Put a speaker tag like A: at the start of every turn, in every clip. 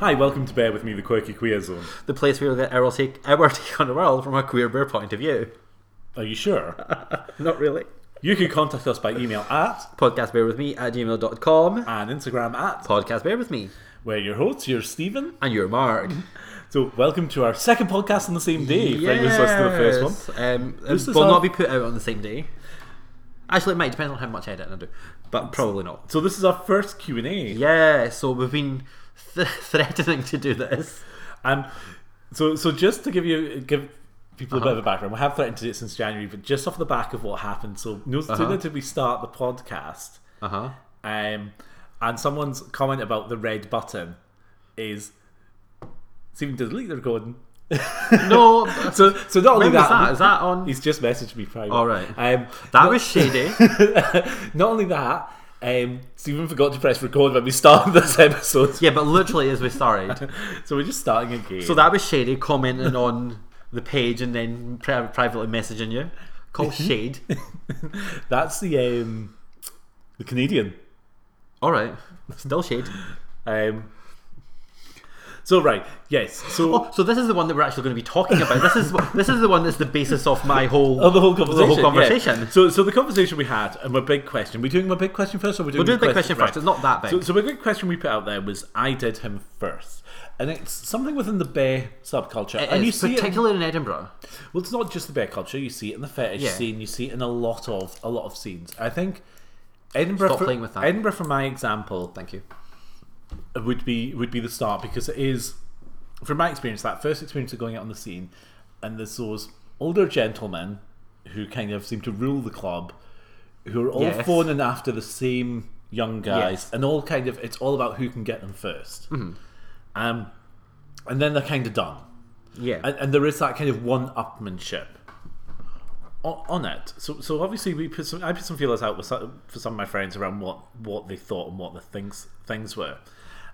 A: Hi, welcome to Bear With Me, the Quirky Queer Zone.
B: The place where we get our take, our take on the world from a queer bear point of view.
A: Are you sure?
B: Not really.
A: you can contact us by email at
B: Podcast bear with me at gmail.com.
A: and Instagram at.
B: Podcast bear with me.
A: We're your hosts, you're Stephen.
B: And you're Mark.
A: So, welcome to our second podcast on the same day. if You're listening to the first one.
B: Yes. Um, it
A: This is
B: will
A: our-
B: not be put out on the same day. Actually, it might depend on how much editing I do, but probably not.
A: So, this is our first Q and A.
B: Yeah, so we've been th- threatening to do this.
A: And so, so just to give you give people
B: Uh-huh.
A: a bit of a background, we have threatened to do it since January, but just off the back of what happened. So, no
B: Uh-huh.
A: sooner did we start the podcast,
B: Uh huh.
A: um, and someone's comment about the red button is Stephen to delete the recording.
B: No,
A: So, so not only
B: when was
A: that,
B: that? Is that on?
A: he's just messaged me private.
B: All right.
A: Um,
B: That was shady.
A: not only that, um, Stephen forgot to press record when we started this episode,
B: yeah, but literally as we started.
A: so we're just starting again.
B: So that was shady commenting on the page and then pri- privately messaging you. Call
A: Mhm.
B: shade.
A: that's the um, the Canadian.
B: All right, still shade.
A: Um, so right, yes. So
B: Oh, so this is the one that we're actually going to be talking about. This is this is the one that's the basis of my whole
A: Oh, the whole conversation.
B: The whole
A: yeah.
B: conversation.
A: So, so the conversation we had, and my big question. We're doing my big question first, or we're doing
B: We'll do the big
A: question
B: question first. It's not that big.
A: So, so the big question we put out there was, I did him first, and it's something within the bear subculture,
B: It
A: and you
B: is,
A: see it.
B: particularly in Edinburgh.
A: Well, it's not just the bear culture. You see it in the fetish
B: Yeah.
A: scene. You see it in a lot of a lot of scenes. I think Edinburgh.
B: Stop
A: for,
B: playing with that.
A: Edinburgh, for my example,
B: Thank you.
A: would be would be the start because it is, from my experience, that first experience of going out on the scene, and there's those older gentlemen who kind of seem to rule the club, who are all
B: Yes.
A: phoning after the same young guys,
B: Yes.
A: and all kind of it's all about who can get them 1st
B: Mm-hmm.
A: um, and then they're kind of done
B: Yeah.
A: and, and there is that kind of one-upmanship on, on it. So, so obviously we put some. I put some feelers out with some, for some of my friends around what what they thought and what the things things were.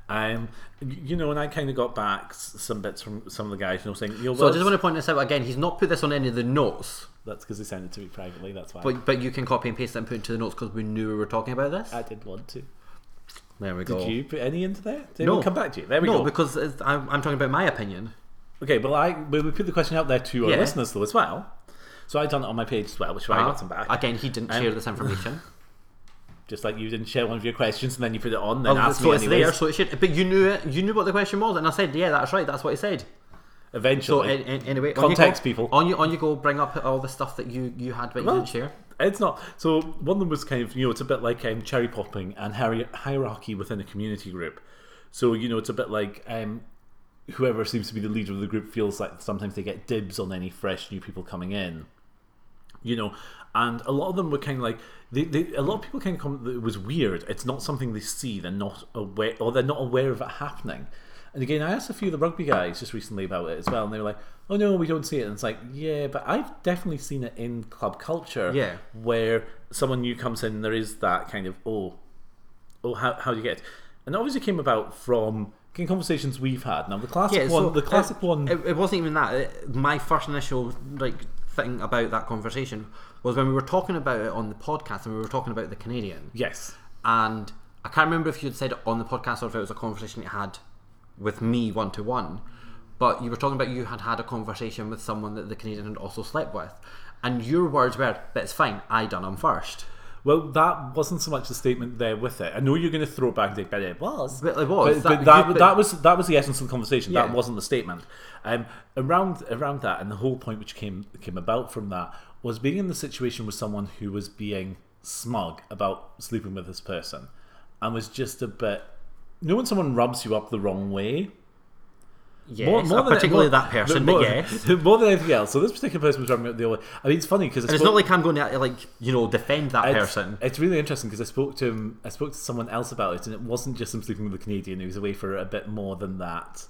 A: Um, y- you know, and I kind of got back s- some bits from some of the guys, you know, saying, "You know,
B: so I
A: well,
B: just want to point this out again. He's not put this on any of the notes,
A: that's because they sent it to me privately. That's why
B: but but you can copy and paste it and put it into the notes because we knew we were talking about this.
A: I didn't want to.
B: there we go.
A: Uh, Did you put any into there? Did anyone come back to you? There we
B: Oh. no,
A: go.
B: because it's, I'm, I'm talking about my opinion.
A: Okay, but I but we put the question out there to our
B: Yeah. Ah,
A: listeners though as well. So I done it on my page as well, which is why I got some back.
B: Again, he didn't
A: Um,
B: share this information.
A: Just like you didn't share one of your questions and then you put it on, then
B: Well,
A: asked
B: Oh, so
A: me
B: it's
A: anyways.
B: there, so it should. But you knew it. You knew what the question was, and I said, "Yeah, that's right. That's what he said." So
A: Eventually,
B: an, an, anyway,
A: Context,
B: on you go,
A: people.
B: On you, on you go. Bring up all the stuff that you you had, but you
A: Well-
B: didn't share.
A: It's not. So one of them was kind of you know it's a bit like um, cherry popping and hier- hierarchy within a community group. So you know it's a bit like um, whoever seems to be the leader of the group feels like sometimes they get dibs on any fresh new people coming in. You know, and a lot of them were kind of like they, they a lot of people kind of comment that it was weird. It's not something they see. They're not aware or they're not aware of it happening. And again, I asked a few of the rugby guys just recently about it as well, and they were like, "Oh no, we don't see it." And it's like, "Yeah, but I've definitely seen it in club culture."
B: Yeah.
A: where someone new comes in and there is that kind of oh oh how, how do you get it? and it obviously came about from kind of conversations we've had now the classic
B: Yeah,
A: one
B: so
A: the classic
B: it,
A: one
B: It, it wasn't even that. It, my first initial like thing about that conversation was when we were talking about it on the podcast, and we were talking about the Canadian.
A: yes
B: and I can't remember if you had said it on the podcast or if it was a conversation you had with me one to one, but you were talking about you had had a conversation with someone that the Canadian had also slept with, and your words were, "But it's fine, I done them first.
A: well that wasn't so much the statement there with it I know you're going to throw it back and say but it was
B: But it was.
A: but but that,
B: That- you- but-
A: that was that was the essence of the conversation that
B: Yeah.
A: wasn't the statement um, around around that and the whole point which came came about from that was being in the situation with someone who was being smug about sleeping with this person and was just a bit you know when someone rubs you up the wrong way
B: Yes, uh, particularly that person,
A: more,
B: but yes."
A: more than anything else. So this particular person was rubbing up the other. I mean, it's funny because
B: And it's not like I'm going to like you know defend that
A: it's,
B: person.
A: It's really interesting because I spoke to him. I spoke to someone else about it, and it wasn't just him sleeping with a Canadian. He was away for a bit more than that.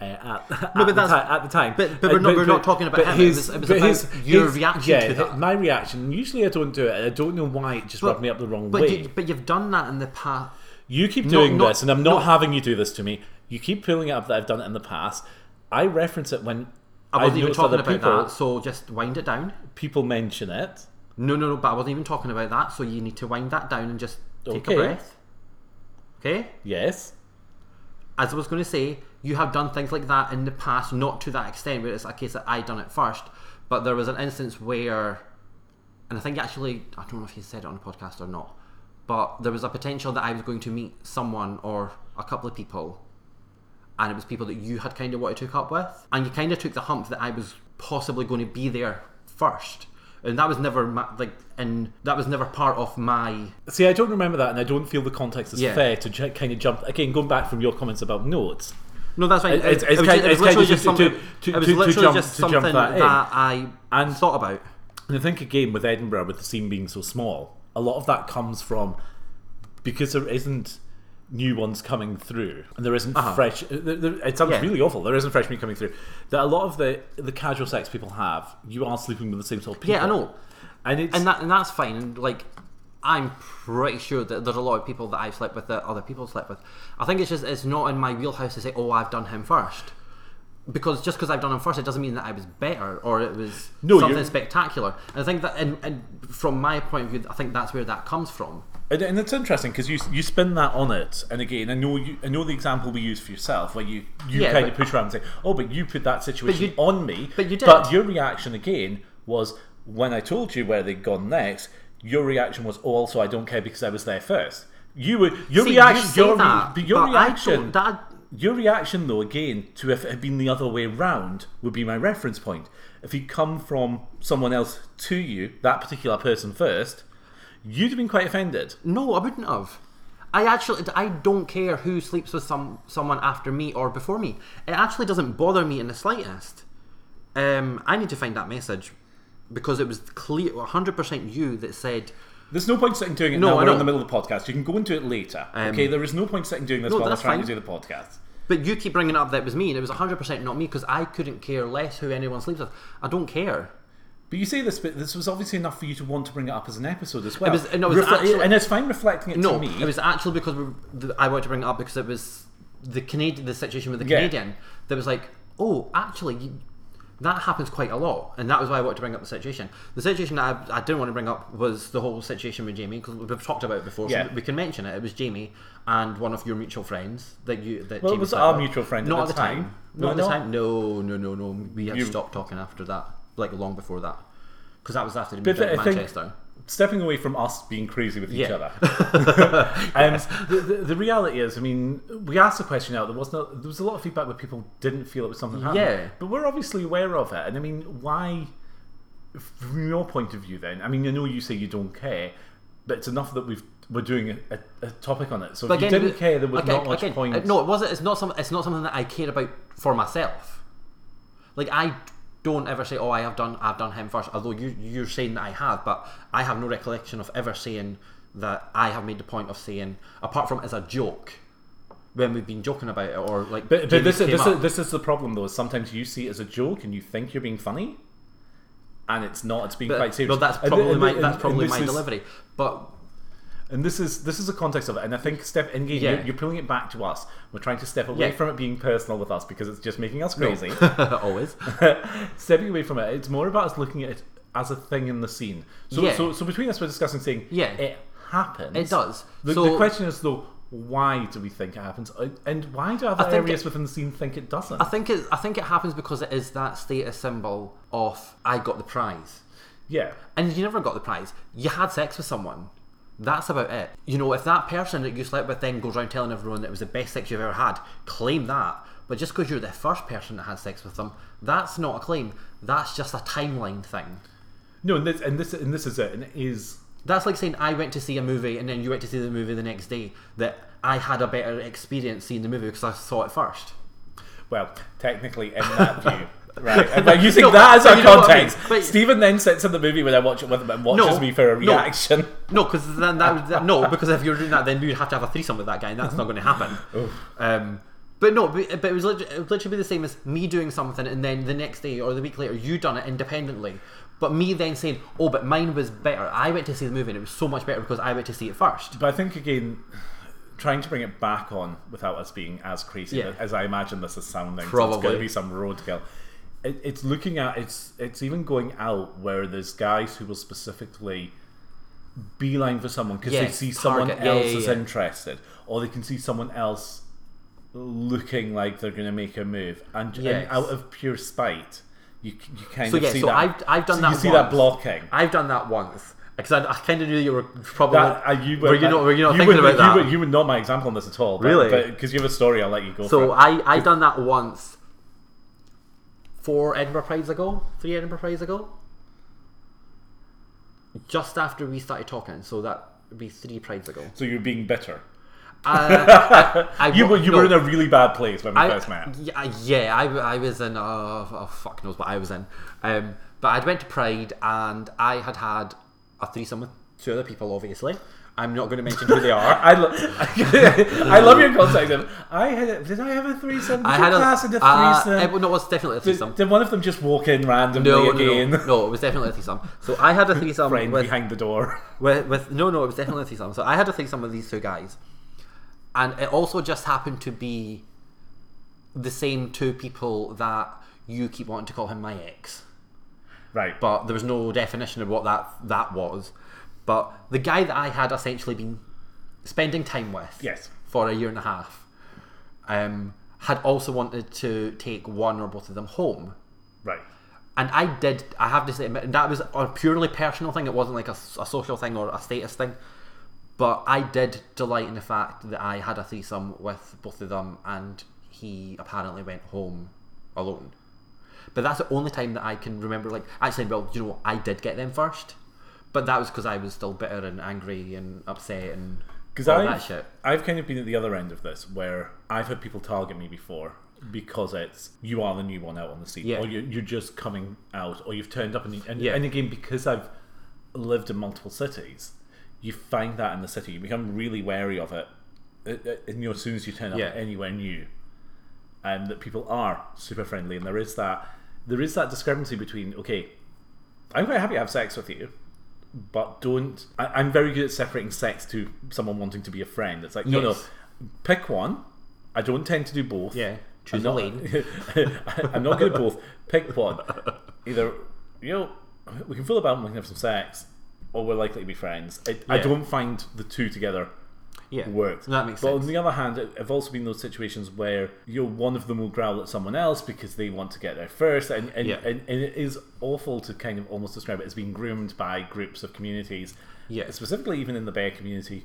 A: Uh, at, at,
B: but
A: the
B: that's-
A: ti- at the time, Uh,
B: but- but we're not- we're not talking about him. It was- it was
A: but
B: about your reaction
A: yeah,
B: to that.
A: My reaction. Usually, I don't do it. I don't know why it just
B: But-
A: rubbed me up the wrong
B: But
A: way.
B: you, but you've done that in the past.
A: You keep doing
B: not-
A: this, and I'm not
B: no.
A: having you do this to me. You keep pulling it up that I've done it in the past. I reference it when
B: I wasn't even
A: notice
B: talking
A: other
B: about
A: people,
B: that, so just wind it down.
A: People mention it.
B: No, no, no. But I wasn't even talking about that, so you need to wind that down and just take
A: Okay.
B: a breath. Okay.
A: Yes.
B: as I was going to say, you have done things like that in the past, not to that extent, where it's a case that I done it first. But there was an instance where, and I think actually, I don't know if he said it on a podcast or not, but there was a potential that I was going to meet someone or a couple of people, and it was people that you had kind of wanted to hook up with, and you kind of took the hump that I was possibly going to be there first. And that was never my, like, and that was never part of my
A: See, I don't remember that, and I don't feel the context is
B: Yeah.
A: fair to j- kind of jump again. Going back from your comments about notes,
B: No, that's fine.
A: It's-
B: It- it
A: it's
B: was
A: kind-
B: ju- it was
A: it's kind
B: literally
A: of
B: just
A: just to-
B: something.
A: to-
B: It was
A: to- to
B: literally
A: jump-
B: just
A: to jump
B: something
A: that
B: that
A: in.
B: I
A: And-
B: thought about.
A: and I think again with Edinburgh, with the scene being so small, a lot of that comes from because there isn't new ones coming through, and there isn't fresh. There, there, it sounds
B: Uh-huh. Yeah.
A: really awful. There isn't fresh meat coming through. That a lot of the the casual sex people have, you are sleeping with the same sort of people.
B: Yeah, I know.
A: and it's
B: and that and that's fine. And like, I'm pretty sure that there's a lot of people that I've slept with that other people slept with. I think it's just it's not in my wheelhouse to say, oh, I've done him first, because just because I've done him first, it doesn't mean that I was better or it was
A: No, you're-
B: something spectacular. And I think that, and, and from my point of view, I think that's where that comes from.
A: And, and it's interesting because you you spin that on it, and again, I know you, I know the example we use for yourself, where you you
B: Yeah,
A: kind
B: but-
A: of push around and say, "Oh, but you put that situation
B: you-
A: on me."
B: but you
A: But
B: did.
A: your reaction again was when I told you where they'd gone next. Your reaction was, "Oh, also I don't care because I was there first. You were your
B: See, you
A: reaction.
B: say
A: your, re-
B: that,
A: but your
B: but I
A: reaction.
B: don't- that-
A: Your reaction, though, again, to if it had been the other way round, would be my reference point. If you'd come from someone else to you, that particular person first, you'd have been quite offended.
B: No, I wouldn't have. I actually, I don't care who sleeps with some someone after me or before me. It actually doesn't bother me in the slightest. Um, I need to find that message because it was clear, one hundred percent you that said
A: There's no point sitting doing it
B: No,
A: now.
B: I
A: We're
B: know. Um,
A: in the middle of the podcast. You can go into it later. okay, there is no point sitting doing this
B: No,
A: while we're
B: that's
A: trying to
B: fine.
A: do the podcast.
B: But you keep bringing up that it was me, and it was 100% not me because I couldn't care less who anyone sleeps with. I don't care.
A: But you say this, but this was obviously enough for you to want to bring it up as an episode as well.
B: was- no, it was actually-
A: and it's fine reflecting it
B: No,
A: to me.
B: it was actually because we, the, I wanted to bring it up because it was the Canadian, the situation with the
A: Yeah.
B: Canadian that was like, oh, actually, you, that happens quite a lot, and that was why I wanted to bring up the situation. The situation that I, I didn't want to bring up was the whole situation with Jamie because we've talked about it before, so
A: Yeah.
B: we can mention it. It was Jamie and one of your mutual friends that you that.
A: Well, it
B: Jamie
A: was
B: slept
A: our
B: with.
A: mutual friend at
B: Not
A: the
B: at the time.
A: time.
B: Not at
A: No,
B: the
A: no.
B: time. No, no, no, no. We had
A: You-
B: stopped talking after that, like long before that, because that was after the
A: But
B: moved out to
A: I think-
B: Manchester.
A: Stepping away from us being crazy with each
B: Yeah.
A: other. um, the, the, the reality is, I mean, we asked the question out. There was no, there was a lot of feedback where people didn't feel it was something happening.
B: Yeah.
A: But we're obviously aware of it, and I mean, why? From your point of view, then, I mean, I know you say you don't care, but it's enough that we've we're doing a, a, a topic on it. So if you
B: it
A: didn't
B: was-
A: care, there was
B: again-
A: not much
B: again,
A: point.
B: uh, No, it wasn't. It's not some. It's not something that I care about for myself. Like I don't ever say, "Oh, I have done. I've done him first. Although you you're saying that I have, but I have no recollection of ever saying that I have made the point of saying, apart from as a joke, when we've been joking about it or like.
A: But, but this, is,
B: Jamie's came
A: this,
B: up.
A: is, this is the problem, though. Is sometimes you see it as a joke and you think you're being funny, and it's not. It's being quite serious.
B: But that's
A: And-
B: probably
A: and-
B: my
A: and-
B: that's
A: and
B: probably
A: this
B: my
A: is-
B: delivery. But
A: And this is this is the context of it. And I think step and again,
B: Yeah.
A: you're, you're pulling it back to us. We're trying to step away
B: Yeah.
A: from it being personal with us because it's just making us crazy.
B: always.
A: Stepping away from it, it's more about us looking at it as a thing in the scene. So
B: Yeah.
A: so, so between us, we're discussing saying
B: Yeah.
A: it happens.
B: It does.
A: The,
B: So-
A: the question is though. Why do we think it happens, And- and why do other
B: think
A: areas
B: it-
A: within the scene think it doesn't?
B: I think it. I think it happens because it is that status symbol of I got the prize.
A: yeah,
B: and you never got the prize. You had sex with someone. That's about it. You know, if that person that you slept with then goes around telling everyone that it was the best sex you've ever had, claim that. But just because you're the first person that had sex with them, that's not a claim. That's just a timeline thing.
A: no, and this and this and this is it, and it is
B: That's like saying I went to see a movie and then you went to see the movie the next day. That I had a better experience seeing the movie because I saw it first.
A: Well, technically, in that view. Right, and by using
B: No,
A: that as
B: but
A: our
B: you know what I
A: context,
B: mean. But-
A: Stephen then sits in the movie when I watch it with him and watches
B: No,
A: me for a
B: no.
A: reaction.
B: No, because then that, would- that no, because if you're doing that, then you'd have to have a threesome with that guy, and that's not going to happen. Um, but no, but, but it was literally, it would literally be the same as me doing something, and then the next day or the week later, you done it independently. But me then saying, "Oh, but mine was better. I went to see the movie, and it was so much better because I went to see it first.
A: But I think again, trying to bring it back on without us being as crazy
B: Yeah.
A: as I imagine this is sounding. So it's going
B: Probably.
A: to be some roadkill. It, it's looking at it's it's even going out where there's guys who will specifically beeline for someone because they
B: Yes,
A: see someone
B: target. Yeah,
A: else
B: yeah,
A: is
B: yeah.
A: interested, or they can see someone else looking like they're going to make a move, and,
B: Yes.
A: and out of pure spite, you you kind
B: So
A: of
B: yeah,
A: see
B: so
A: that.
B: I've- I've done
A: so You
B: that
A: see that
B: once.
A: blocking.
B: I've done that once because I, I kind of knew you were probably.
A: That, uh, you were,
B: were you not? Were you not
A: you
B: thinking
A: were,
B: about that?
A: You were, you were not my example on this at all. But,
B: Really?
A: Because you have a story, I'll let you go.
B: So
A: for it.
B: I I done that once. Four Edinburgh Prides ago, three Edinburgh Prides ago. Just after we started talking, so that would be three Prides ago.
A: so you're being bitter.
B: Uh, I, I
A: You
B: wa-
A: were you
B: no,
A: were in a really bad place when we
B: I-
A: first met.
B: Yeah, yeah I, w- I was in. Oh, oh, fuck knows what I was in. Um, but I'd went to Pride and I had had a threesome with two other people. Obviously, I'm not going to mention who they are.
A: I, lo- I love your context of I had a, did I have a threesome? Did
B: I
A: you
B: had a,
A: pass into
B: uh,
A: threesome?
B: it- no, it was definitely a threesome.
A: did, did one of them just walk in randomly
B: No, no,
A: again?
B: no, no, it was definitely a threesome. So I had a threesome
A: Friend
B: with,
A: behind the door.
B: with, with no, no, it was definitely a threesome. So I had a threesome with these two guys, and it also just happened to be the same two people that you keep wanting to call him my ex,
A: Right.
B: but there was no definition of what that that was. But the guy that I had essentially been spending time with,
A: yes.
B: for a year and a half, um, had also wanted to take one or both of them home.
A: Right.
B: and I did. I have to say, admit, and that was a purely personal thing. It wasn't like a, a social thing or a status thing. But I did delight in the fact that I had a threesome with both of them, and he apparently went home alone. But that's the only time that I can remember. Like, actually, well, you know, what? I did get them first, but that was because I was still bitter and angry and upset and
A: Because
B: all
A: I've,
B: that shit.
A: I've kind of been at the other end of this where I've had people target me before because it's you are the new one out on the scene
B: Yeah.
A: or you, you're just coming out or you've turned up and, and,
B: Yeah.
A: and again because I've lived in multiple cities you find that in the city you become really wary of it uh, uh, and you know, as soon as you turn up
B: Yeah.
A: anywhere new and that people are super friendly and there is that there is that discrepancy between okay I'm quite happy to have sex with you but don't. I, I'm very good at separating sex to someone wanting to be a friend. It's like no,
B: Yes.
A: no, pick one. I don't tend to do both.
B: Yeah, choose
A: I'm not,
B: a lane.
A: I'm not good at both. Pick one. Either you know we can fill about and we can have some sex, or we're likely to be friends. I, I
B: Yeah.
A: don't find the two together
B: Yeah,
A: worked.
B: That makes
A: but
B: sense.
A: on the other hand, I- I've also been in those situations where you know one of them will growl at someone else because they want to get there first, and and,
B: Yeah.
A: and, and it is awful to kind of almost describe it as being groomed by groups of communities,
B: Yeah.
A: specifically even in the bear community,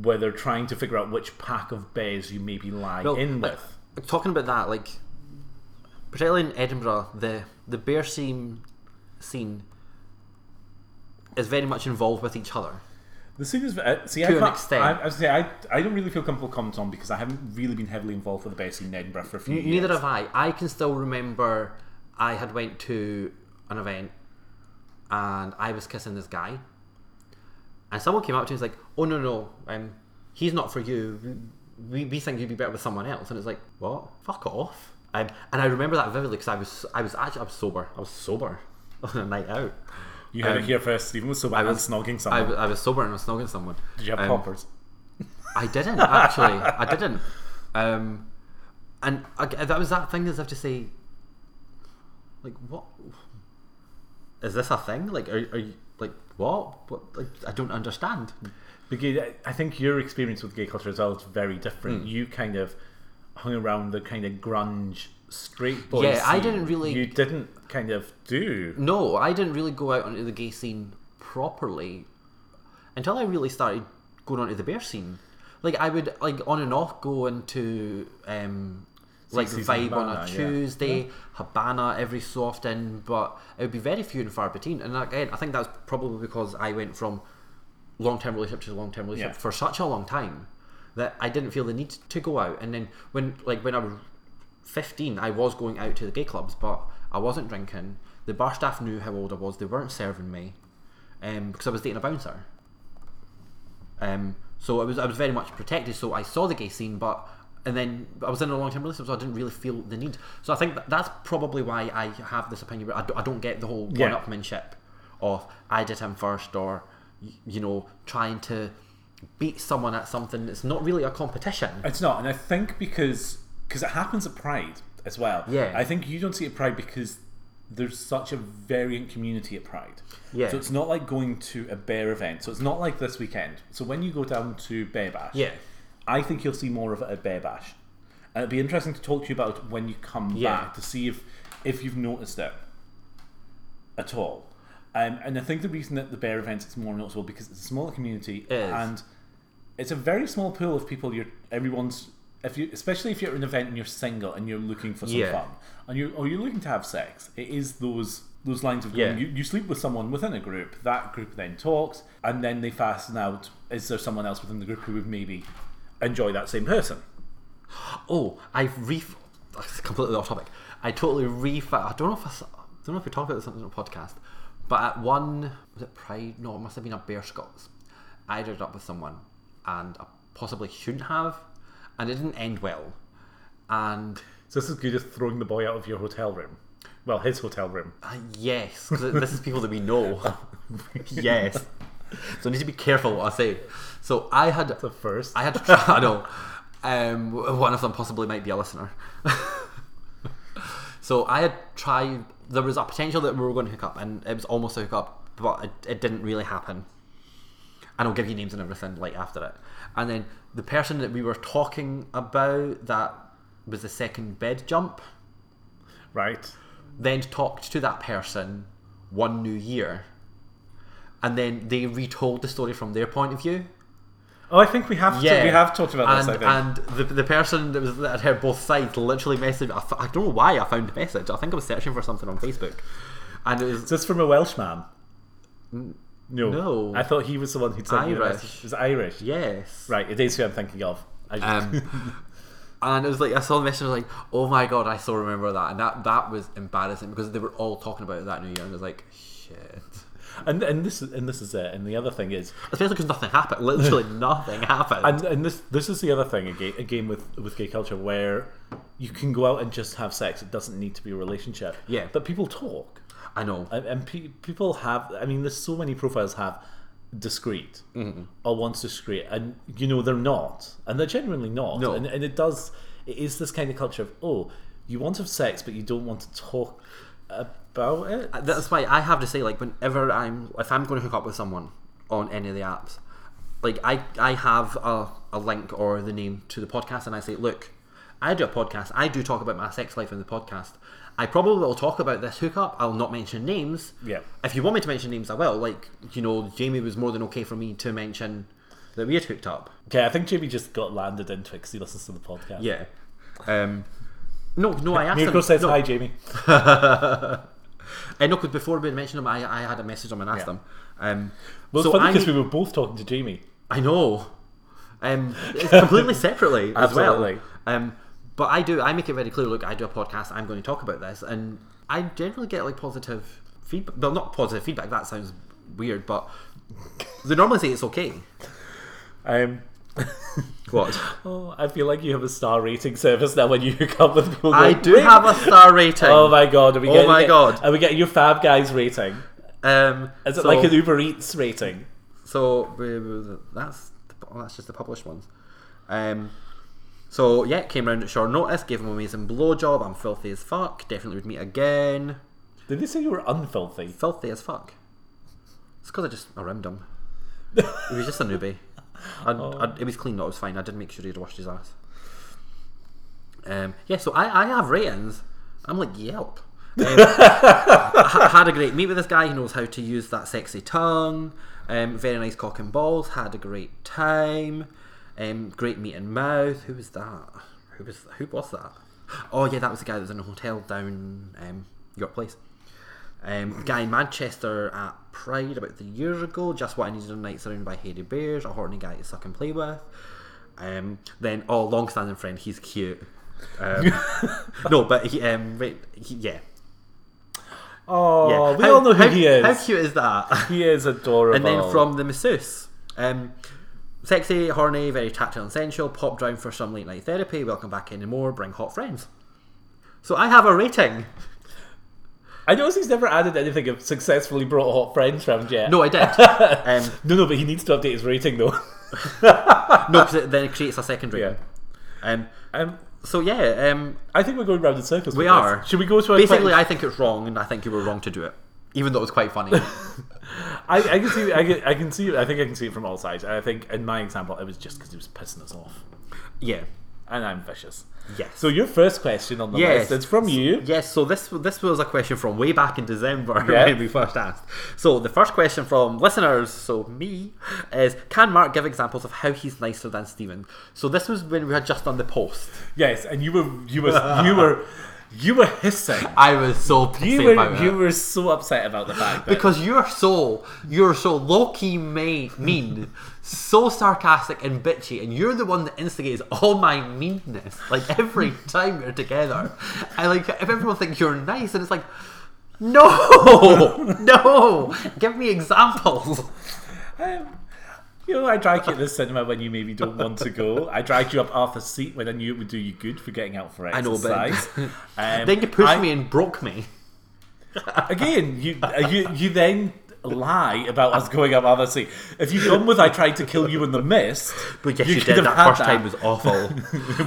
A: where they're trying to figure out which pack of bears you maybe lie
B: Well,
A: in
B: like,
A: with.
B: talking about that, like particularly in Edinburgh, the the bear scene scene is very much involved with each other.
A: The scene is uh, see, I
B: To an
A: can't-
B: extent.
A: I, I, was gonna say, I, I don't really feel comfortable commenting on because I haven't really been heavily involved with the bear scene in Edinburgh for a few years.
B: Neither have I. I can still remember I had went to an event and I was kissing this guy, and someone came up to me and was like, "Oh no no, um, he's not for you. We, we think you'd be better with someone else." And it's like, "What? Fuck off!" Um, and I remember that vividly because I was I was actually I was sober. I was sober on a night out.
A: You had it here first. Stephen was so bad at
B: was-
A: snogging
B: I,
A: someone.
B: w- I was sober and I was snogging someone.
A: Did you have
B: Um,
A: poppers?
B: I didn't actually. I didn't. Um, and I, g- that was that thing is I have to say, like what is this a thing? Like are, are you like what? what like, I don't understand.
A: Because I- I think your experience with gay culture as well is very
B: Hmm.
A: different. You kind of hung around the kind of grunge straight boy.
B: Yeah, I
A: scene.
B: didn't really-
A: You didn't kind of do.
B: No, I didn't really go out onto the gay scene properly until I really started going onto the bear scene. Like I would like on and off go into um like
A: Season
B: vibe on
A: Habana,
B: a
A: yeah.
B: Tuesday, Habana every so often, but it would be very few and far between. And again, I think that's probably because I went from long term relationship to long term relationship
A: Yeah.
B: for such a long time that I didn't feel the need to go out. And then when like when I was fifteen, I was going out to the gay clubs, but I wasn't drinking. The bar staff knew how old I was. They weren't serving me um, because I was dating a bouncer. Um, so I was I was very much protected. So I saw the gay scene, but and then I was in a long term relationship, so I didn't really feel the need. So I think that, that's probably why I have this opinion. But I, do, I don't get the whole
A: Yeah.
B: one-upmanship of I did him first, or y- you know, trying to beat someone at something. It's not really a competition.
A: It's not, and I think because because it happens at Pride as well.
B: Yeah.
A: I think you don't see it at Pride because there's such a variant community at Pride.
B: Yeah.
A: So it's not like going to a bear event. So it's not like this weekend. So when you go down to Bear Bash,
B: Yeah.
A: I think you'll see more of it at Bear Bash. And it'd be interesting to talk to you about it when you come
B: Yeah.
A: back to see if if you've noticed it at all. Um, and I think the reason that the bear events is more noticeable because it's a smaller community
B: It is.
A: and it's a very small pool of people. You're everyone's if you especially if you're at an event and you're single and you're looking for some
B: Yeah.
A: fun and you or you're looking to have sex. It is those those lines of going,
B: Yeah.
A: you, you sleep with someone within a group. That group then talks and then they fasten out. Is there someone else within the group who would maybe enjoy that same person?
B: Oh, I've re. That's completely off topic. I totally re. I don't know if I, s- I don't know if we talked about this on a podcast, but at one was it Pride? No, it must have been a Bear Scots. I ended up with someone, and I possibly shouldn't have, and it didn't end well. And
A: So this is good as throwing the boy out of your hotel room. Well, his hotel room.
B: uh, yes, 'cause this is people that we know. yes, so I need to be careful what I say. So I had
A: The first.
B: I had to try. I know. Um, one of them possibly might be a listener. so I had tried. There was a potential that we were going to hook up, and it was almost a hookup, but it, it didn't really happen. And I'll give you names and everything like after it. And then the person that we were talking about that was the second bed jump
A: Right.
B: then talked to that person one new year. And then they retold the story from their point of view.
A: Oh, I think we have
B: Yeah,
A: to, we have talked about
B: and,
A: this. I think.
B: And the, the person that was that had both sides literally messaged. I, f- I don't know why I found the message. I think I was searching for something on Facebook, and it was
A: Is this from a Welsh man? No.
B: No.
A: I thought he was the one who'd sent you the
B: Irish.
A: message. It was Irish.
B: yes,
A: Right, it is who I'm thinking of. I just,
B: Um, and it was like I saw the message. I was like, oh my god, I still remember that, and that that was embarrassing because they were all talking about it that New Year, and I was like, shit.
A: and and this is- and this is it. And the other thing is,
B: Especially because nothing happened. Literally nothing happened.
A: and and this this is the other thing again, again with with gay culture where you can go out and just have sex. It doesn't need to be a relationship.
B: Yeah.
A: but people talk.
B: I know.
A: and, and pe- people have i mean there's so many profiles have discreet
B: Mm-hmm.
A: or wants discreet and you know they're not and they're genuinely not
B: No.
A: and, and it does it is this kind of culture of oh you want to have sex but you don't want to talk about it
B: That's why I have to say, like, whenever I'm, if I'm going to hook up with someone on any of the apps, like, I, I have a, a link or the name to the podcast, and I say, look, I do a podcast. I do talk about my sex life in the podcast. I probably will talk about this hookup. I'll not mention names.
A: Yeah.
B: If you want me to mention names, I will. Like, you know, Jamie was more than okay for me to mention that we had hooked up.
A: okay i think jamie just got landed into it because he listens to the podcast
B: Yeah. Um, no, no, I asked
A: Mirko
B: him.
A: says
B: no,
A: hi, Jamie.
B: I know because before we had mentioned him, I, I had a message on and asked
A: Yeah.
B: him. Um,
A: Well, it's
B: so
A: funny
B: I,
A: because we were both talking to Jamie.
B: I know. Um, it's completely separately as well.
A: Absolutely.
B: Um, but I do. I make it very clear. Look, I do a podcast. I'm going to talk about this, and I generally get like positive feedback. Well, not positive feedback. That sounds weird, but they normally say it's okay.
A: Um,
B: What?
A: oh, I feel like you have a star rating service now when you hook up with people.
B: I
A: going,
B: do
A: "Wait,
B: have a star rating.
A: Oh my god! Are we
B: Oh
A: getting
B: my
A: it-
B: God.
A: Are we getting your Fab Guys rating?
B: um,
A: Is it
B: so-
A: like an Uber Eats rating?
B: So we- we- that's the, oh, that's just the published ones. Um, so yeah, came round at short notice, gave him an amazing blowjob. I'm filthy as fuck. Definitely would meet again.
A: Did they say you were unfilthy?
B: Filthy as fuck. It's because I just I rimmed him. He was just a newbie. I, I, it was clean. though, It was fine. I did make sure he'd washed his ass. Um, yeah, so I, I have ratings. I'm like Yelp. Um, ha- had a great meet with this guy. He knows how to use that sexy tongue. Um, very nice cock and balls. Had a great time. Um, great meet and mouth. Who was that? Who was who was that? Oh yeah, that was the guy that was in a hotel down um, York Place. Um, guy in Manchester at Pride about three years ago. Just what I needed a night surrounded by hairy bears, a horny guy to suck and play with. Um, then, oh, long-standing friend, he's cute. Um, no, but he, um, wait, he, yeah, yeah.
A: Oh, we
B: How-
A: all know who
B: how-
A: he is. Oh.
B: How cute is that?
A: He is adorable.
B: and then from the masseuse, um, sexy, horny, very tactile and sensual. Pop down for some late night therapy. Welcome back anymore. Bring hot friends. So I have a rating.
A: I notice he's never added anything of successfully brought hot friends round yet.
B: No, I did. um,
A: no, no, but he needs to update his rating though.
B: no, because it, then it creates a second
A: yeah.
B: rating. Um,
A: Um,
B: so yeah, um,
A: I think we're going round in circles.
B: We
A: with this.
B: are.
A: Should we go to a
B: basically, I think it's wrong, and I think you were wrong to do it, even though it was quite funny.
A: I, I can see. I can, I can see. I think I can see it from all sides. And I think in my example, it was just because he was pissing us off.
B: yeah.
A: and I'm vicious.
B: Yes.
A: So your first question on the
B: Yes.
A: list is from you.
B: Yes, so this this was a question from way back in December
A: Yeah.
B: when we first asked. So the first question from listeners, so me, is can Mark give examples of how he's nicer than Stephen? So this was when we had just done the post.
A: Yes, and you were you were you were you were hissing.
B: I was so pissed
A: You were you were so upset about the fact that
B: because you're so you're so low key ma- mean, so sarcastic and bitchy, and you're the one that instigates all my meanness. Like every time we're together, I like if everyone thinks you're nice, and it's like, no, no, give me examples.
A: Um, you know, I drag you at the cinema when you maybe don't want to go. I drag you up half a seat when I knew it would do you good for getting out for
B: know,
A: exercise.
B: but-
A: Um,
B: Then you pushed
A: I-
B: me and broke me.
A: again. You uh, you you then lie about us going up half a seat. If you'd gone with I tried to kill you in the mist,
B: But yes, you,
A: could have
B: did. That
A: had
B: first time was awful.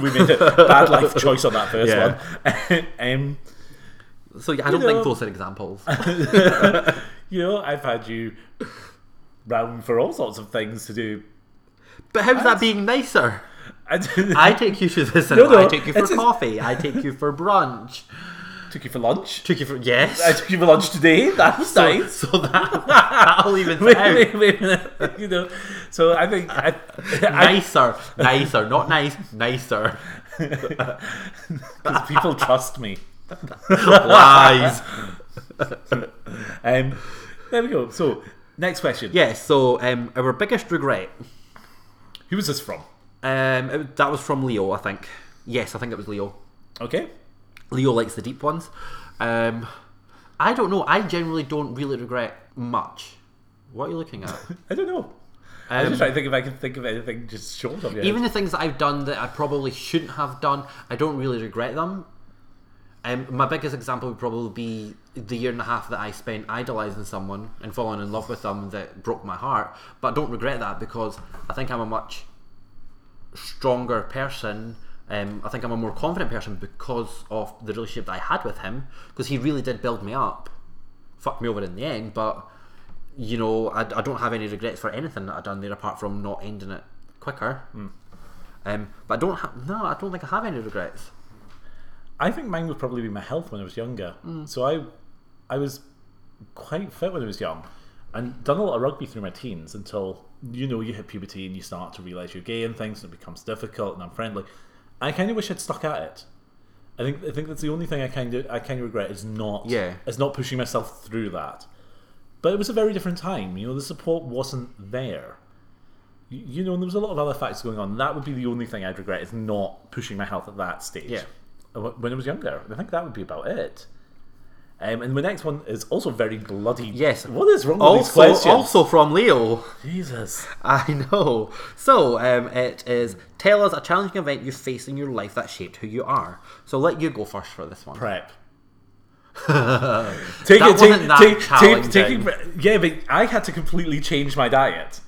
A: we made a bad life choice on that first
B: Yeah.
A: one. um,
B: So yeah, I don't
A: know-
B: think those are examples.
A: you know, I've had you round for all sorts of things to do.
B: But how's that being nicer?
A: I didn't-
B: I take you to the cinema.
A: no,
B: I take you for
A: it's just-
B: coffee. I take you for brunch.
A: took you for lunch.
B: Took you for yes.
A: I took you for lunch today. That was
B: so,
A: nice.
B: so that that'll even
A: wait,
B: out.
A: wait, wait, wait. you know. So I think I, I,
B: Nicer, nicer, not nice, nicer.
A: 'cause people trust me.
B: Lies.
A: Um, there we go. So next question.
B: yeah. So um, our biggest regret.
A: Who was this from?
B: Um, it- that was from Leo, I think. Yes, I think it was Leo.
A: Okay.
B: Leo likes the deep ones. Um, I don't know. I generally don't really regret much. What are you looking at?
A: I don't know. I'm just trying to think if I can think of anything just short of you.
B: Even the things that I've done that I probably shouldn't have done, I don't really regret them. Um, my biggest example would probably be the year and a half that I spent idolizing someone and falling in love with them that broke my heart. But I don't regret that because I think I'm a much stronger person. Um, I think I'm a more confident person because of the relationship that I had with him because he really did build me up. Fucked me over in the end, but you know, I, I don't have any regrets for anything that I've done there apart from not ending it quicker. Um, but I don't have, no, I don't think I have any regrets.
A: I think mine would probably be my health when I was younger.
B: Mm.
A: So I, I was quite fit when I was young, and done a lot of rugby through my teens until you know you hit puberty and you start to realise you're gay and things, and it becomes difficult and unfriendly. I kind of wish I'd stuck at it. I think I think that's the only thing I kind of I kind of regret is not
B: Yeah.
A: is not pushing myself through that. But it was a very different time. You know, the support wasn't there. You, you know, and there was a lot of other facts going on. That would be the only thing I'd regret is not pushing my health at that stage.
B: Yeah.
A: Uh, wh- When I was younger, I think that would be about it. Um, and the next one is also very bloody.
B: Yes.
A: What is wrong with these
B: Also,
A: questions?
B: also from Leo.
A: Jesus.
B: I know. So um, it is tell us a challenging event you faced in your life that shaped who you are. So let you go first for this one.
A: Prep. take it,
B: That
A: take,
B: wasn't that
A: take, take,
B: challenging.
A: taking pre- yeah, but I had to completely change my diet.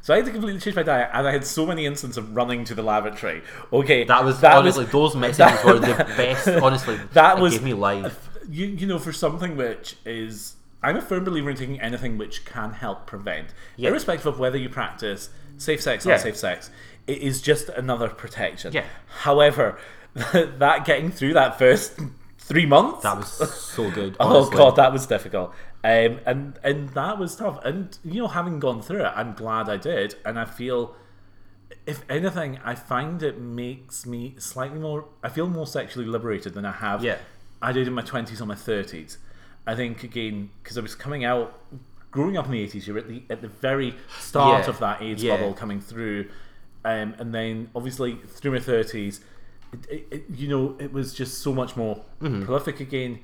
A: So I had to completely change my diet, and I had so many instances of running to the lavatory. Okay,
B: That was honestly those messages were the best. Honestly,
A: That
B: it
A: was-
B: gave me life.
A: you, you know, for something which is. I'm a firm believer in taking anything which can help prevent,
B: Yeah.
A: irrespective of whether you practice safe sex or
B: Yeah.
A: unsafe sex. It is just another protection.
B: Yeah.
A: However, that getting through that first three months
B: That was so good.
A: Oh
B: Honestly.
A: god, that was difficult. Um, and and that was tough. And you know, having gone through it, I'm glad I did. And I feel, if anything, I find it makes me slightly more. I feel more sexually liberated than I have.
B: Yeah.
A: I did in my twenties or my thirties. I think again because I was coming out, growing up in the eighties. You're at the at the very start
B: Yeah.
A: of that AIDS
B: Yeah.
A: bubble coming through, um, and then obviously through my thirties. It, it, it, you know, it was just so much more
B: Mm-hmm.
A: prolific again.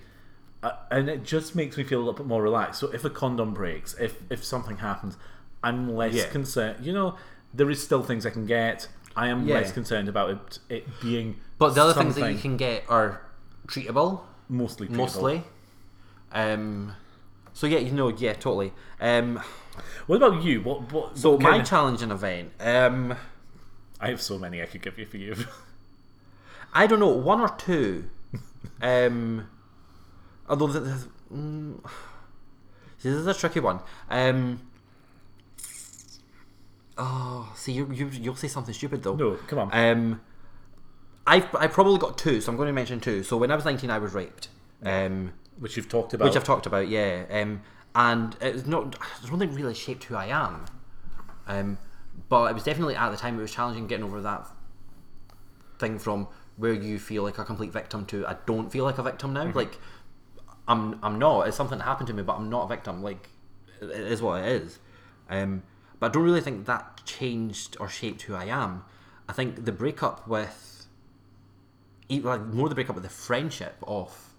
A: Uh, and it just makes me feel a little bit more relaxed. So if a condom breaks, if if something happens, I'm less
B: Yeah.
A: concerned. You know, there is still things I can get. I am
B: Yeah.
A: less concerned about it, it being.
B: But the other
A: something
B: things that you can get are treatable.
A: mostly treatable.
B: mostly. Um, so yeah, you know, yeah, totally. Um,
A: What about you? What what?
B: so
A: what
B: my
A: kind of-
B: challenging event. Um,
A: I have so many I could give you for you.
B: I don't know, one or two. um, although th- th- mm, see, this is a tricky one. Um, oh, see, you, you you'll say something stupid though.
A: no, come on.
B: Um, I've, I probably got two, so I'm going to mention two. So when I was 19, I was raped. Um,
A: which you've talked about.
B: which I've talked about, yeah. Um, and it's not. It's one thing really shaped who I am. Um, but it was definitely at the time it was challenging getting over that thing from where you feel like a complete victim to I don't feel like a victim now. Like I'm, I'm not. It's something that happened to me, but I'm not a victim. Like it it is what it is. Um, but I don't really think that changed or shaped who I am. I think the breakup with, e- like more the breakup with the friendship of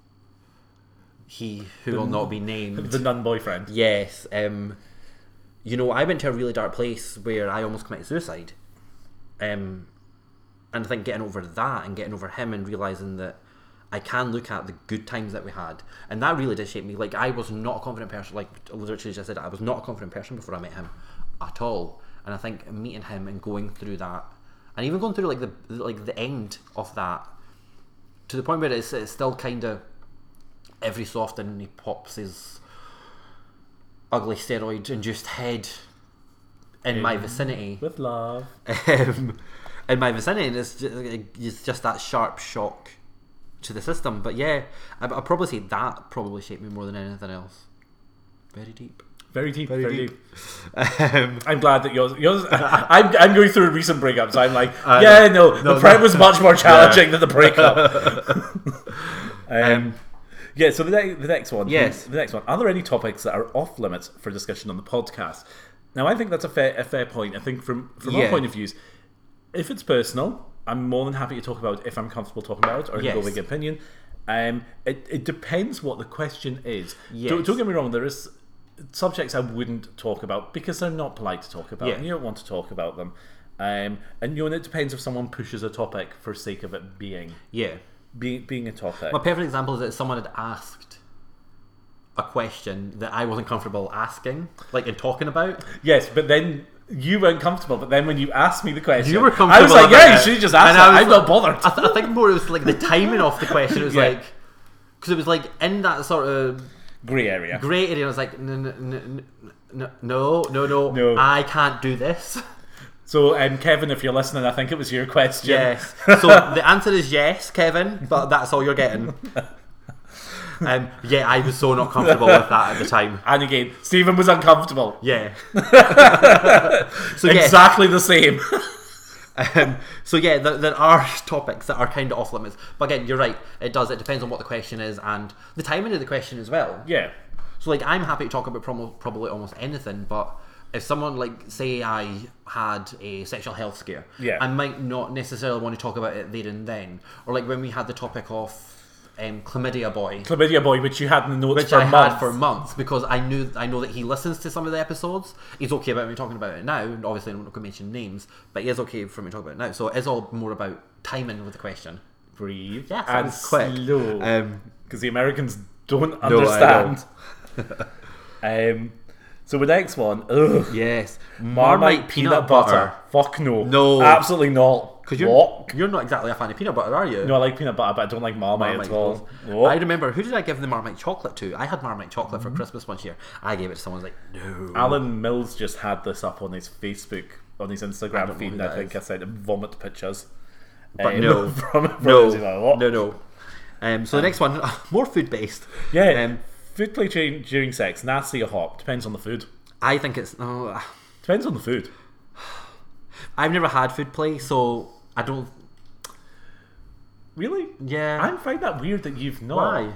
B: he who will not be named.
A: the nun boyfriend.
B: Yes. Um, you know, I went to a really dark place where I almost committed suicide. Um, and I think getting over that and getting over him and realizing that I can look at the good times that we had, and that really did shape me. Like I was not a confident person. Like literally just said, I was not a confident person before I met him at all. And I think meeting him and going through that, and even going through like the like the end of that, to the point where it's, it's still kind of every so often he pops his ugly steroid induced head in my vicinity
A: With love.
B: um, in my vicinity, and it's just, it's just that sharp shock to the system. But yeah, I, I probably say that probably shaped me more than anything else. Very deep.
A: Very deep. Very,
B: deep.
A: deep.
B: Um,
A: I'm glad that yours. Yours. I'm, I'm going through recent breakups. I'm like, yeah, no, the prep was much more challenging than the breakup. um, yeah. So the, ne- the next one.
B: Yes.
A: The next one. Are there any topics that are off limits for discussion on the podcast? Now, I think that's a fair a fair point. I think from from our
B: Yeah.
A: point of views, if it's personal, I'm more than happy to talk about it if I'm comfortable talking about it or I can go
B: Yes.
A: with opinion. Um, it, it depends what the question is. Don't,
B: Yes.
A: don't get me wrong. There is subjects I wouldn't talk about because they're not polite to talk about.
B: Yeah.
A: and You don't want to talk about them. Um, and you know, and it depends if someone pushes a topic for sake of it being
B: yeah.
A: being, being a topic.
B: A perfect example is that someone had asked a question that I wasn't comfortable asking, like in talking about.
A: yes, but then you weren't comfortable. But then when you asked me the question,
B: You were
A: I
B: comfortable.
A: was like,
B: about
A: yeah, you
B: it.
A: should have just
B: And
A: asked.
B: I
A: that. I'm
B: was like- "Ah."
A: not bothered.
B: I, th- I think more it was like the timing of the question. It was
A: Yeah.
B: like because it was like in that sort of
A: Grey area.
B: grey area. I was like, "N- n- n- n- no, no, no,
A: No.
B: no, I can't do this.
A: So, um, Kevin, if you're listening, I think it was your question.
B: Yes. So the answer is yes, Kevin. But that's all you're getting. Um, yeah, I was so not comfortable with that at the time.
A: And again, Stephen was uncomfortable.
B: Yeah. so yeah,
A: Exactly the same.
B: Um, so yeah, there, there are topics that are kind of off limits. But again, you're right. It does. It depends on what the question is and the timing of the question as well.
A: yeah.
B: So like, I'm happy to talk about promo, probably almost anything. But if someone like say I had a sexual health scare,
A: Yeah.
B: I might not necessarily want to talk about it there and then. Or like when we had the topic of um, chlamydia boy.
A: Chlamydia boy, which you had in the notes
B: Which
A: for
B: I
A: months.
B: had for months because I knew I know that he listens to some of the episodes. He's okay about me talking about it now. and Obviously, I'm not going to mention names, but he is okay for me to talk about it now. So it's all more about timing with the question.
A: breathe
B: Yeah,
A: and
B: sounds quick.
A: slow
B: Um,
A: because the Americans don't
B: I don't.
A: understand. um, so the next one, ugh,
B: Yes,
A: Marmite peanut, butter. Fuck no,
B: No.
A: absolutely not.
B: Because you're
A: what?
B: you're not exactly a fan of peanut butter, are you?
A: No, I like peanut butter, but I don't like Marmite,
B: Marmite
A: at all. Mm-hmm.
B: goes.
A: What?
B: I remember who did I give the Marmite chocolate to? I had Marmite chocolate for Christmas one year. I gave it to someone. I was like, no.
A: Alan Mills just had this up on his Facebook, on his Instagram
B: don't know
A: feed,
B: who
A: and I
B: that
A: think I sent him vomit pictures.
B: But
A: Um,
B: no,
A: from, from
B: no,
A: his- like, what?
B: no, no. Um, so the next one, more food based.
A: Yeah,
B: Um,
A: food play during, during sex, nasty or hot, depends on the food.
B: I think it's. Oh,
A: Depends on the food.
B: I've never had food play, so I don't.
A: Really?
B: Yeah.
A: I find that weird that you've not.
B: why?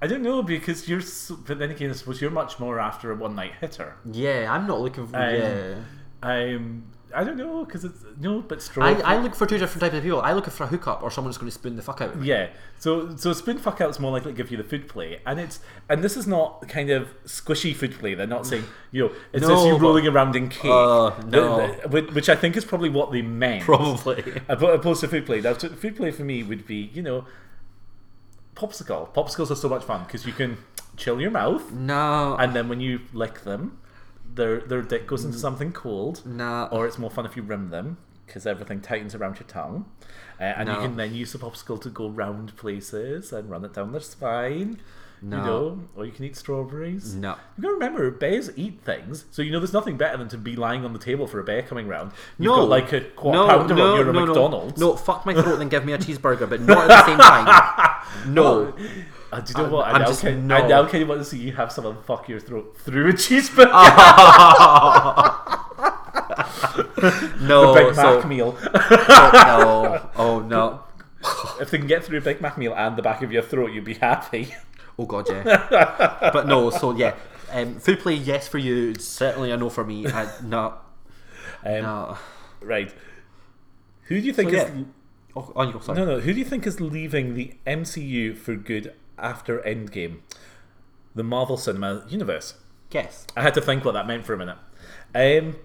A: I don't know because you're. So, but then again, I suppose you're much more after a one night hitter.
B: Yeah, I'm not looking for.
A: Um,
B: yeah.
A: Um, I don't know because it's no, but straw.
B: I, I look for two different types of people. I look for a hookup or someone who's going to spoon the fuck out. of me.
A: yeah. So so spoon fuck out's more likely to give you the food play, and it's and this is not kind of squishy food play. They're not saying you know it's just you
B: No, but-
A: rolling around in cake,
B: Uh,
A: The-
B: no.
A: the- which- which I think is probably what they meant.
B: Probably.
A: Oppo- opposed to food play. Now, t- food play for me would be, you know, popsicle. Popsicles are so much fun because you can chill your mouth,
B: No.
A: and then when you lick them, their their dick goes
B: Mm.
A: into something cold.
B: No.
A: Or it's more fun if you rim them because everything tightens around your tongue, uh, and you
B: No.
A: can then use the popsicle to go round places and run it down their spine. You
B: No.
A: know, or you can eat strawberries.
B: No.
A: You gotta remember, bears eat things, so you know there's nothing better than to be lying on the table for a bear coming round. You've got like a quarter pounder on your McDonald's.
B: No, fuck my throat, then give me a cheeseburger, but not at the same time. No.
A: Uh, do you know what? I
B: I'm
A: now,
B: just-
A: kind,
B: no.
A: I now kind of want to see you have someone fuck your throat through a cheeseburger.
B: No.
A: Big Mac
B: Oh, so,
A: meal.
B: no. Oh, no.
A: if they can get through a Big Mac meal and the back of your throat, you'd be happy.
B: Oh, God, yeah. but no, so yeah. Um, food play, yes for you. It's certainly a no for me. I, no.
A: Um,
B: No.
A: Right. Who do you think is
B: yeah. Oh, on you go, sorry.
A: no no? Who do you think is leaving the MCU for good after Endgame, the Marvel Cinema Universe?
B: Yes.
A: I had to think what that meant for a minute. Um,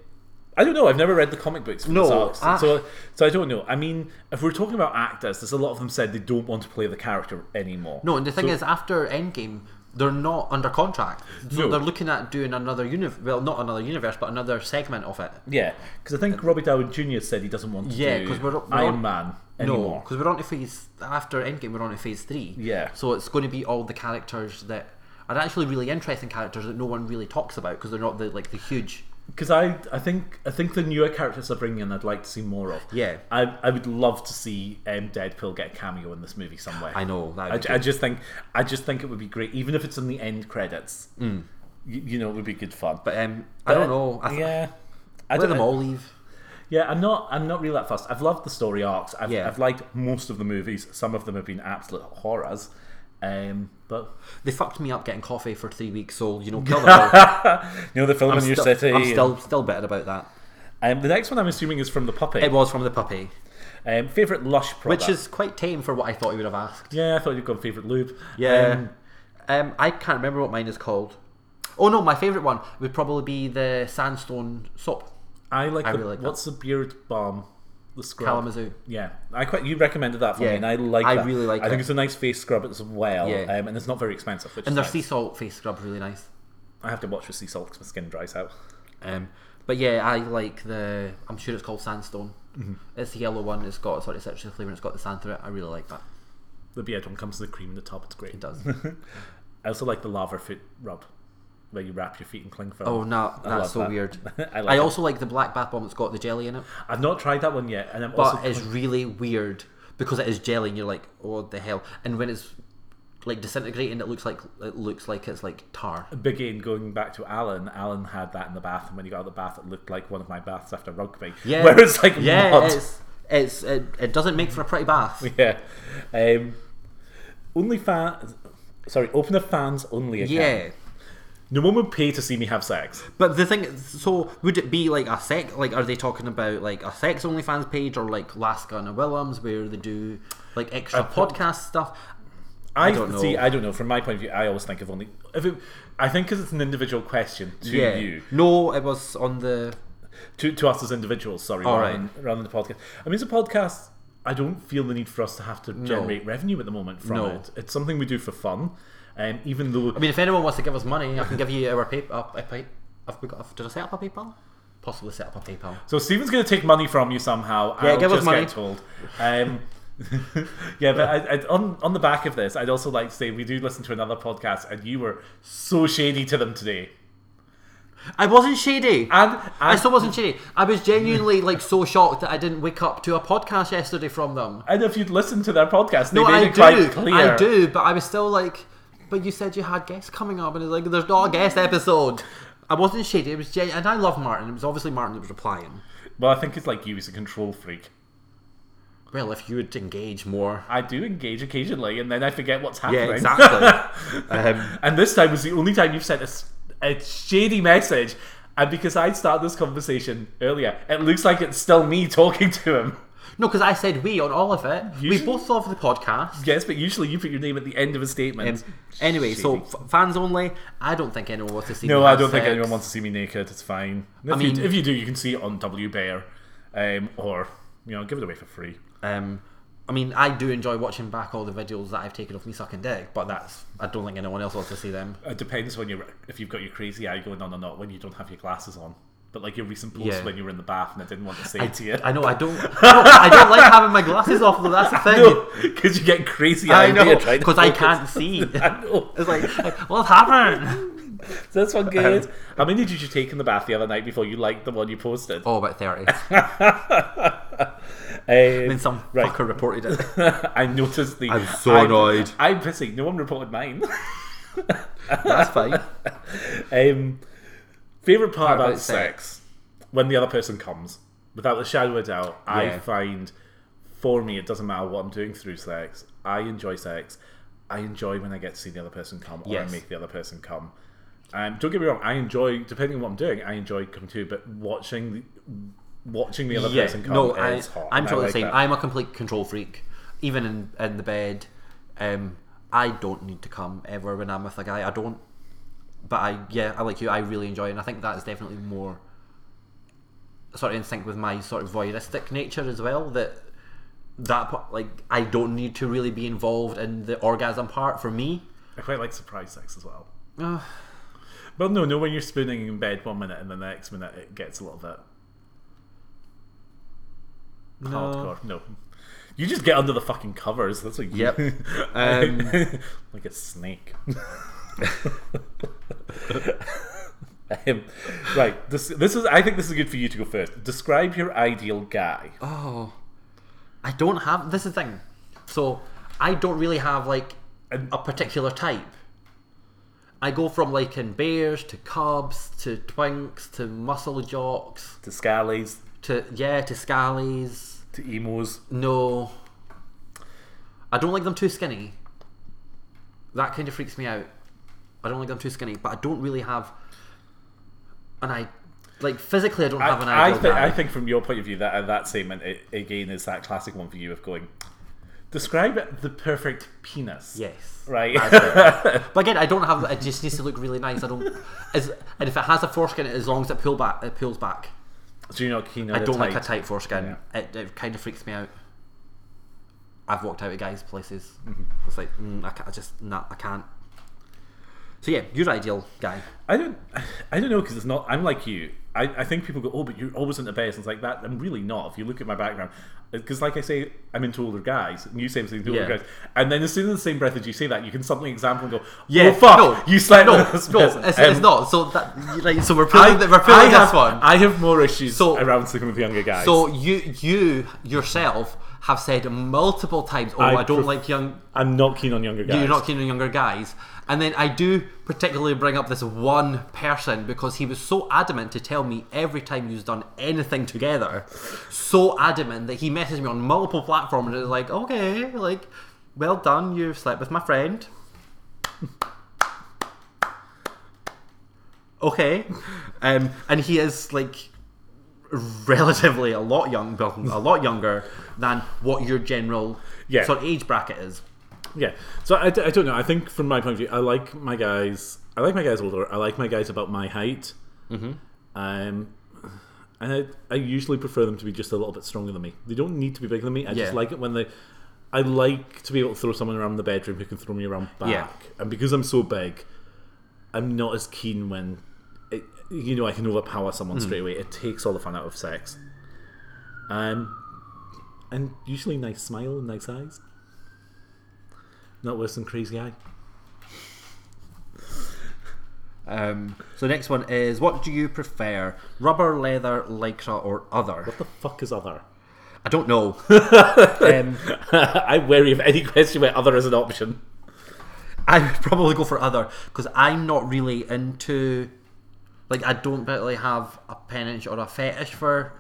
A: I don't know. I've never read the comic books for
B: No, ah.
A: this arc, so-
B: I-
A: so so I don't know. I mean, if we're talking about actors, there's a lot of them said they don't want to play the character anymore.
B: No, and the thing is, after Endgame, they're not under contract. So
A: No.
B: they're looking at doing another universe. Well, not another universe, but another segment of it.
A: Yeah, because I think Robbie Downey Jr. said he doesn't want to
B: Yeah,
A: do
B: 'cause we're- we're
A: Iron
B: on-
A: Man
B: No,
A: anymore.
B: because we're on to phase after Endgame. We're on to phase three.
A: Yeah.
B: So it's going to be all the characters that are actually really interesting characters that no one really talks about because they're not the like the huge.
A: Because I, I think I think the newer characters they're bringing in, I'd like to see more of.
B: Yeah.
A: I, I would love to see um, Deadpool get a cameo in this movie somewhere.
B: I know that.
A: I, I just think I just think it would be great, even if it's in the end credits. Mm. You, know, it would be good fun.
B: but um, I don't know. I th-
A: yeah, I
B: Let
A: don't
B: them all leave.
A: Yeah, I'm not. I'm not really that fussed. I've loved the story arcs. I've,
B: Yeah.
A: I've liked most of the movies. Some of them have been absolute horrors. Um, but
B: They fucked me up getting coffee for three weeks, so you know, kill them all.
A: you know, the film in your
B: still-
A: city.
B: I'm still still bitter about that.
A: Um, the next one I'm assuming is from the puppet.
B: It was from the puppy,
A: Um, favorite lush product.
B: which is quite tame for what I thought he would have asked.
A: yeah, I thought you'd gone favorite lube.
B: Yeah.
A: Um,
B: Um, I can't remember what mine is called. Oh no, my favourite one would probably be the sandstone soap,
A: I like.
B: I
A: the,
B: really like that.
A: what's the beard balm? The scrub.
B: Kalamazoo.
A: Yeah, I quite. You recommended that for
B: Yeah,
A: me, and I like.
B: I
A: that.
B: really like
A: I think
B: it.
A: it's a nice face scrub as well.
B: Yeah.
A: Um, and it's not very expensive. Which
B: and
A: is
B: their
A: nice.
B: sea salt face scrub's really nice.
A: I have to watch with sea salt because my skin dries out.
B: Um, but yeah, I like the. I'm sure it's called sandstone.
A: Mm-hmm.
B: It's the yellow one. It's got a sort of citrus flavour. and It's got the sand through it. I really like that.
A: The beard one comes with the cream in the top. It's great.
B: It does.
A: I also like the lava foot rub, where you wrap your feet in cling film.
B: Oh no,
A: love
B: that's so
A: that.
B: weird.
A: I
B: I,
A: like it. Oh,
B: also like the black bath bomb that's got the jelly in it,
A: I've not tried that one yet, and I'm
B: but
A: also
B: it's really weird because it is jelly, and you're like, oh what the hell. And when it's like disintegrating, it looks like it looks like it's like tar.
A: Again, going back to Alan, Alan had that in the bath, and when he got out of the bath, it looked like one of my baths after rugby.
B: Yeah.
A: Where it's like
B: yeah,
A: mud.
B: it's it's it, it doesn't make for a pretty bath.
A: Yeah. Um, only fan. Sorry, open a fans only account.
B: Yeah.
A: No one would pay to see me have sex.
B: But the thing, is, so would it be like a sex? Like, are they talking about like a sex only fans page or like Laska and Willems where they do like extra
A: put-
B: podcast stuff?
A: I,
B: don't
A: see.
B: know.
A: I don't know. From my point of view, I always think of only. If it, I think because it's an individual question to
B: yeah.
A: you,
B: No, it was on the.
A: to, to us as individuals. Sorry,
B: All
A: rather,
B: right.
A: than, rather than the podcast. I mean, it's a podcast. I don't feel the need for us to have to generate revenue at the moment from
B: No.
A: it. It's something we do for fun, um, even though
B: I mean, if anyone wants to give us money, I can give you our PayPal. Our pay, have we got? Did I set up a PayPal? Possibly set up a PayPal.
A: So Stephen's going to take money from you somehow.
B: Yeah,
A: I'll
B: give us
A: just
B: money.
A: Get told. Um, yeah, but I, I, on on the back of this, I'd also like to say we do listen to another podcast, and you were so shady to them today.
B: I wasn't shady.
A: And, and
B: I still wasn't shady. I was genuinely like so shocked that I didn't wake up to a podcast yesterday from them.
A: and if you'd listened to their podcast, they
B: No,
A: made
B: I
A: it quite
B: do.
A: clear.
B: I do, but I was still like, but you said you had guests coming up, and it's like, there's not a guest episode. I wasn't shady. It was gen- and I love Martin. It was obviously Martin that was replying.
A: Well, I think it's like you as a control freak.
B: Well, if you would engage more,
A: I do engage occasionally, and then I forget what's happening.
B: yeah, exactly. um,
A: And this time was the only time you've sent us a shady message. And because I started this conversation earlier, it looks like it's still me talking to him.
B: no, because I said we on all of it.
A: Usually-
B: We both love the podcast.
A: Yes, but usually you put your name at the end of a statement.
B: Um, anyway, so f- fans only. I don't think anyone wants to see.
A: no,
B: me
A: I
B: have
A: don't think
B: sex.
A: anyone wants to see me naked. It's fine. If,
B: I
A: you,
B: mean-
A: if you do, you can see it on W Bear, um, or you know, give it away for free.
B: Um, I mean, I do enjoy watching back all the videos that I've taken of me sucking dick, but that's I don't think anyone else wants to see them.
A: It depends when you are if you've got your crazy eye going on or not. When you don't have your glasses on, But like your recent post
B: Yeah.
A: when you were in the bath and I didn't want to say it to you.
B: I know I don't. no, I don't like having my glasses off though. That's the thing.
A: because you get crazy.
B: I
A: idea
B: know
A: trying to
B: because I
A: focus.
B: can't see.
A: I know.
B: It's like what happened?
A: So that's
B: Um,
A: one good. How many did you take in the bath the other night before you liked the one you posted?
B: Oh, about thirty.
A: Um,
B: Then some
A: Right.
B: fucker reported it.
A: I noticed the.
B: I'm so annoyed.
A: I'm pissing. No one reported mine.
B: That's fine.
A: um, favorite part about,
B: about
A: sex.
B: sex.
A: when the other person comes, without a shadow of a doubt. I
B: Yeah.
A: find, for me, it doesn't matter what I'm doing through sex. I enjoy sex. I enjoy when I get to see the other person come, or I
B: Yes.
A: make the other person come. Um, don't get me wrong. I enjoy, depending on what I'm doing, I enjoy coming too. But watching, the, watching the other
B: yeah.
A: person come
B: No, I,
A: is hot.
B: I'm
A: and I
B: totally
A: like
B: the same.
A: that.
B: I'm a complete control freak, even in in the bed. Um, I don't need to come ever when I'm with a guy. I don't. But I yeah, I like you. I really enjoy, it. and I think that is definitely more sort of in sync with my sort of voyeuristic nature as well. That that part, like I don't need to really be involved in the orgasm part for me.
A: I quite like surprise sex as well.
B: Ugh.
A: Well, no, no. When you're spooning in bed one minute and the next minute it gets a little bit hardcore. No, you just get under the fucking covers. That's what you.
B: Yep. Um,
A: like a snake. um, right. This this is. I think this is good for you to go first. Describe your ideal guy.
B: Oh, I don't have. This is the thing. So I don't really have like
A: And-
B: a particular type. I go from like in bears to cubs to twinks to muscle jocks
A: To scallies,
B: to yeah to scallies.
A: to emos.
B: No, I don't like them too skinny. That kind of freaks me out. I don't like them too skinny, but I don't really have an I like physically. I don't have an
A: I, I,
B: ideal
A: thi-
B: guy.
A: I think from your point of view that uh, that statement i again is that classic one for you of going describe the perfect penis
B: yes.
A: right
B: But again, I don't have. It just needs to look really nice. I don't. As, and if it has a foreskin, as long as it pull back, it pulls back.
A: so you're not keen on
B: I don't like a
A: type
B: tight foreskin. It, it kind of freaks me out. I've walked out of guys' places.
A: Mm-hmm.
B: It's like mm, I, can't, I just nah, I can't. So yeah, your ideal guy.
A: I don't I don't know because it's not I'm like you I, I think people go oh but you're always into best and it's like that I'm really not if you look at my background because like I say I'm into older guys and you say I'm into
B: Yeah.
A: older guys and then as soon as the same breath as you say that you can suddenly example and go yeah
B: Yeah,
A: oh, fuck
B: no,
A: you slept
B: No,
A: with this
B: no,
A: person."
B: it's, it's
A: Um,
B: not. So that like, so we're pulling. we're
A: I
B: pulling this
A: have,
B: one.
A: I have more issues
B: So-
A: around sleeping with younger guys
B: so you you yourself have said multiple times, "Oh,
A: I
B: I, don't
A: pref-
B: like young
A: I'm not keen on younger guys
B: You're not keen on younger guys. And then I do particularly bring up this one person because he was so adamant to tell me every time you've done anything together. So adamant that he messaged me on multiple platforms and it was like, okay, like, well done, you've slept with my friend. okay. Um, and he is like relatively a lot young, well, a lot younger than what your general
A: Yeah.
B: sort of age bracket is.
A: Yeah. So I, d- I don't know. I think from my point of view, I like my guys. I like my guys older. I like my guys about my height. Mm-hmm. Um, and I, I usually prefer them to be just a little bit stronger than me. They don't need to be bigger than me. I just
B: Yeah.
A: like it when they. I like to be able to throw someone around the bedroom who can throw me around back.
B: Yeah.
A: And because I'm so big, I'm not as keen when, it, you know, I can overpower someone straight away. It takes all the fun out of sex. Um, and usually nice smile and nice eyes. Not worse than crazy eye.
B: Um, so the next one is what do you prefer, rubber, leather, lycra, or other?
A: What the fuck is other?
B: I don't know. um,
A: I'm wary of any question where other is an option.
B: I would probably go for other because I'm not really into, like, I don't really have a penchant or a fetish for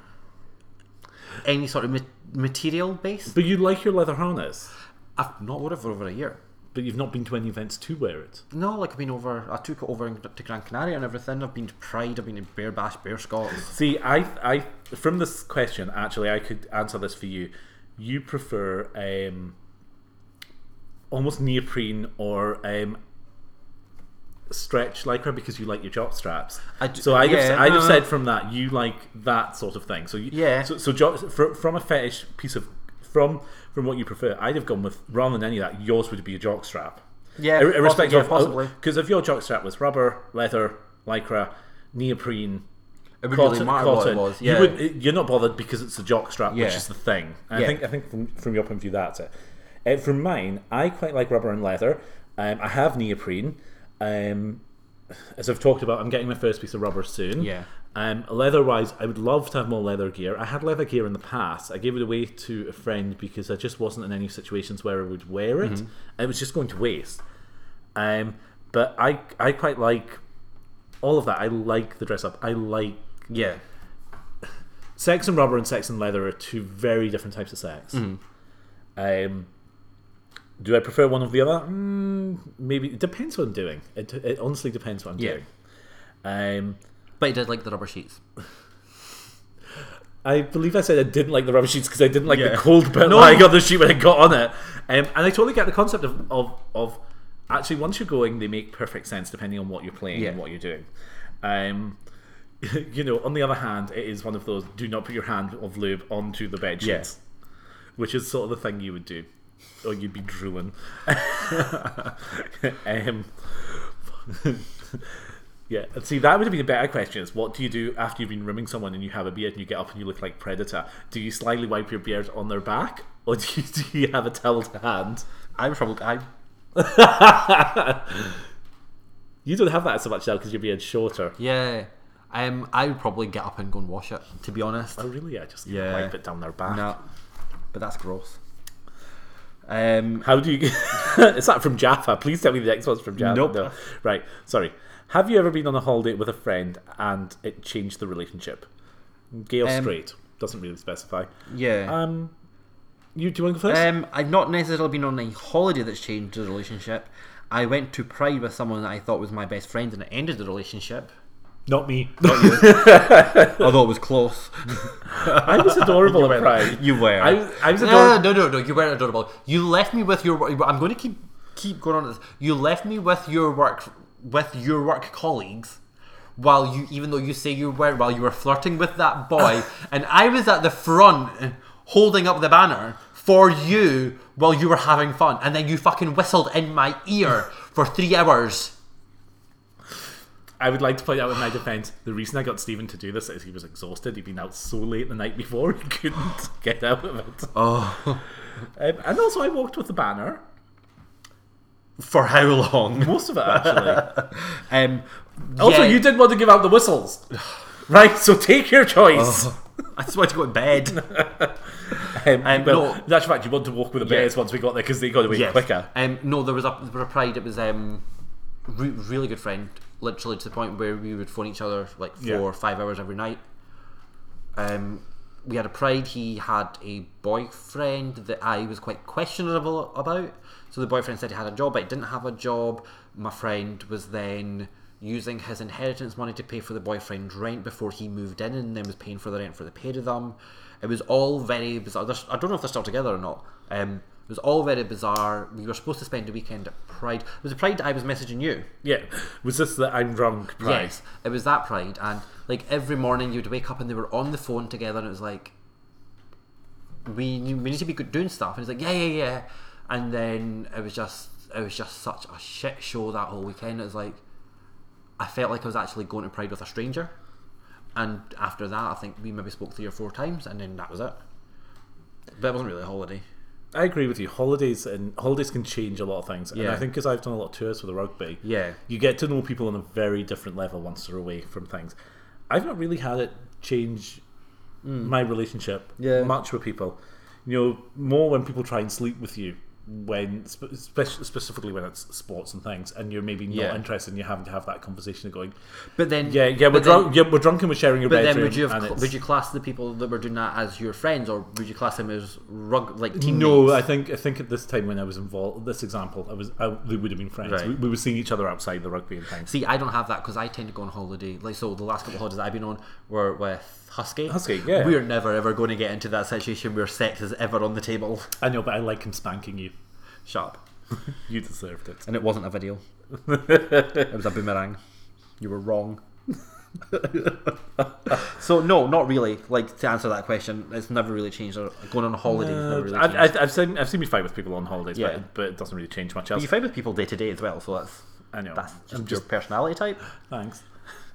B: any sort of ma- material base.
A: But you like your leather harness,
B: I've not worn it for over a year.
A: but you've not been to any events to wear it.
B: No, like I've been over. I took it over in- to Gran Canaria and everything. I've been to Pride. I've been to Bear Bash, Bear Scots.
A: See, I, I, from this question, actually, I could answer this for you. You prefer um, almost neoprene or um, stretch lycra because you like your job straps.
B: I d-
A: so I'd, have,
B: yeah,
A: I'd have
B: uh.
A: said from that you like that sort of thing. So you,
B: Yeah.
A: So, so job, fr- from a fetish piece of from from what you prefer, I'd have gone with rather than any of that. Yours would be a jock strap.
B: Yeah,
A: Ir- irrespective oh,
B: possibly, yeah, possibly.
A: of because if your jock strap was rubber, leather, lycra, neoprene,
B: It would
A: Cotton-
B: really matter what it
A: cotton.
B: was.
A: You
B: Yeah.
A: would- it- you're not bothered because it's the jock strap, which
B: Yeah.
A: is the thing. And I
B: Yeah.
A: think I think from, from your point of view, that's it. Uh, for mine, I quite like rubber and leather. Um, I have neoprene. Um, as I've talked about, I'm getting my first piece of rubber soon.
B: Yeah.
A: Um, leather wise, I would love to have more leather gear. I had leather gear in the past. I gave it away to a friend because I just wasn't in any situations where I would wear
B: Mm-hmm.
A: it. It was just going to waste. Um, but I I quite like all of that. I like the dress up. I like
B: yeah.
A: sex and rubber and sex and leather are two very different types of sex.
B: Mm-hmm.
A: Um, do I prefer one of the other? Mm, maybe it depends what I'm doing. It, it honestly depends what I'm
B: Yeah.
A: doing. Um,
B: But I did like the rubber sheets.
A: I believe I said I didn't like the rubber sheets because I didn't like
B: Yeah.
A: the cold bit
B: No.
A: that I got the sheet when I got on it. Um, and I totally get the concept of, of, of actually once you're going, they make perfect sense depending on what you're playing and
B: Yeah.
A: what you're doing. Um, you know, on the other hand, it is one of those do not put your hand of lube onto the bed sheets,
B: Yeah.
A: which is sort of the thing you would do, or you'd be drooling. um, yeah, and see, that would have been a better question. Is what do you do after you've been rooming someone and you have a beard and you get up and you look like Predator? Do you slyly wipe your beard on their back, or do you, do you have a towel to hand?
B: I was probably I
A: You don't have that so much now because your beard's shorter.
B: yeah. Um, I would probably get up and go and wash it. To be honest.
A: Oh, really? I just
B: Yeah.
A: wipe it down their back.
B: No, but that's gross. Um,
A: How do you? Is that from Jaffa? Please tell me the next one's from Jaffa.
B: Nope.
A: No. Right. Sorry. Have you ever been on a holiday with a friend and it changed the relationship? Gay or
B: Um,
A: straight? Doesn't really specify.
B: yeah.
A: Um, you do you want to go first?
B: Um, I've not necessarily been on a holiday that's changed the relationship. I went to Pride with someone that I thought was my best friend, and it ended the relationship.
A: Not me.
B: Although it was close.
A: I was adorable at Pride.
B: You were. Ah.
A: I was- I was
B: no,
A: adorable.
B: no, no, no. You weren't adorable. You left me with your. wor- I'm going to keep keep going on with this. You left me with your work with your work colleagues. While you, even though you say you were, while you were flirting with that boy, and I was at the front eh, holding up the banner for you while you were having fun, and then you fucking whistled in my ear for three hours.
A: I would like to point out in my defence, the reason I got Stephen to do this is he was exhausted. He'd been out so late the night before, he couldn't get out of it.
B: Oh,
A: Um, and also, I walked with the banner.
B: for how long?
A: Most of it, actually.
B: Um,
A: Also,
B: yeah.
A: you didn't want to give out the whistles. Right, so take your choice.
B: I just wanted to go to bed.
A: Um,
B: Um,
A: well,
B: no.
A: in actual fact, you want to walk with the
B: Yeah.
A: bears once we got there because they got away quicker.
B: Um, no, there was a there was a pride. It was um, re- really good friend. Literally to the point where we would phone each other like four
A: Yeah.
B: or five hours every night. Um, we had a pride. He had a boyfriend that I was quite questionable about. So the boyfriend said he had a job, but he didn't have a job. My friend was then using his inheritance money to pay for the boyfriend's rent before he moved in, and then was paying for the rent for the pair of them. It was all very bizarre. There's- I don't know if they're still together or not. Um, it was all very bizarre. We were supposed to spend a weekend at Pride. It was a Pride that I was messaging you.
A: Yeah. Was this the I'm drunk prize?
B: Yes, it was that pride, and like every morning you'd wake up and they were on the phone together, and it was like, we we need to be good doing stuff, and it's like yeah yeah yeah, and then it was just it was just such a shit show that whole weekend. It was like, I felt like I was actually going to Pride with a stranger, and after that I think we maybe spoke three or four times, and then that was it. But it wasn't really a holiday.
A: I agree with you. Holidays and holidays can change a lot of things. And I
B: Yeah.
A: think because I've done a lot of tours with the rugby,
B: Yeah.
A: you get to know people on a very different level once they're away from things. I've not really had it change my relationship
B: Hmm. Yeah.
A: much with people. You know, more when people try and sleep with you when spe- spec- specifically when it's sports and things and you're maybe not
B: Yeah.
A: interested and you're having to have that conversation of going
B: But then
A: yeah yeah we're
B: but then-
A: drunk yeah we're drunk and we're sharing your
B: But
A: bedroom
B: then would you have
A: and
B: cl-
A: it's-
B: would you class the people that were doing that as your friends, or would you class them as rug like teammates?
A: No, I think I think at this time when I was involved, this example, I was I, we would have been friends.
B: Right.
A: We, we were seeing each other outside the rugby and things.
B: See, I don't have that because I tend to go on holiday. Like, so the last couple of holidays I've been on were with Husky.
A: Husky, yeah.
B: We're never ever going to get into that situation where sex is ever on the table.
A: I know, but I like him spanking you.
B: Sharp.
A: You deserved it.
B: And it wasn't a video. it was a boomerang. You were wrong. so no, not really. Like to answer that question, it's never really changed. Or Going on a holiday, has never
A: Uh,
B: really changed.
A: I, I, I've seen I've seen me fight with people on holidays,
B: Yeah.
A: but, but it doesn't really change much else.
B: you fight with people day to day as well, so that's
A: I know.
B: that's just,
A: I'm
B: your personality type.
A: Thanks.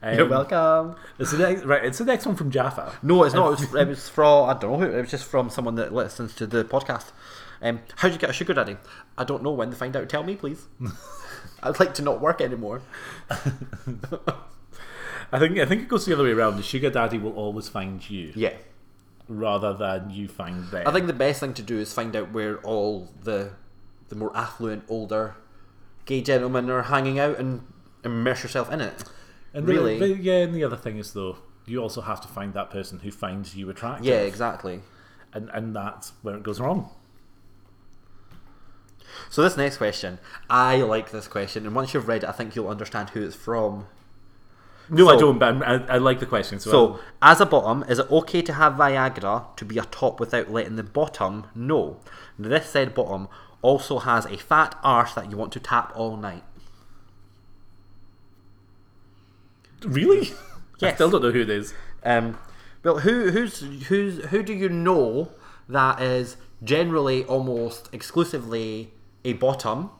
A: Um,
B: You're welcome.
A: It's the next, right. It's the next one from Jaffa.
B: No, it's not. It was, it was from I don't know. who It was just from someone that listens to the podcast. Um, how do you get a sugar daddy? I don't know. When they find out, tell me, please. I'd like to not work anymore.
A: I think I think it goes the other way around. The sugar daddy will always find you,
B: Yeah,
A: rather than you find them.
B: I think the best thing to do is find out where all the the more affluent, older gay gentlemen are hanging out and immerse yourself in it.
A: and the-
B: really,
A: the- yeah. And the other thing is though, you also have to find that person who finds you attractive.
B: yeah, exactly.
A: and and that's where it goes wrong.
B: So this next question, I like this question, and once you've read it, I think you'll understand who it's from.
A: No, I
B: So-
A: don't. But I'm, I, I like the question. So,
B: So, as a bottom, is it okay to have Viagra to be a top without letting the bottom know? This said bottom also has a fat arse that you want to tap all night.
A: really, I
B: Yes.
A: still don't know who it is.
B: Um, well, who who's who's who do you know that is generally almost exclusively a bottom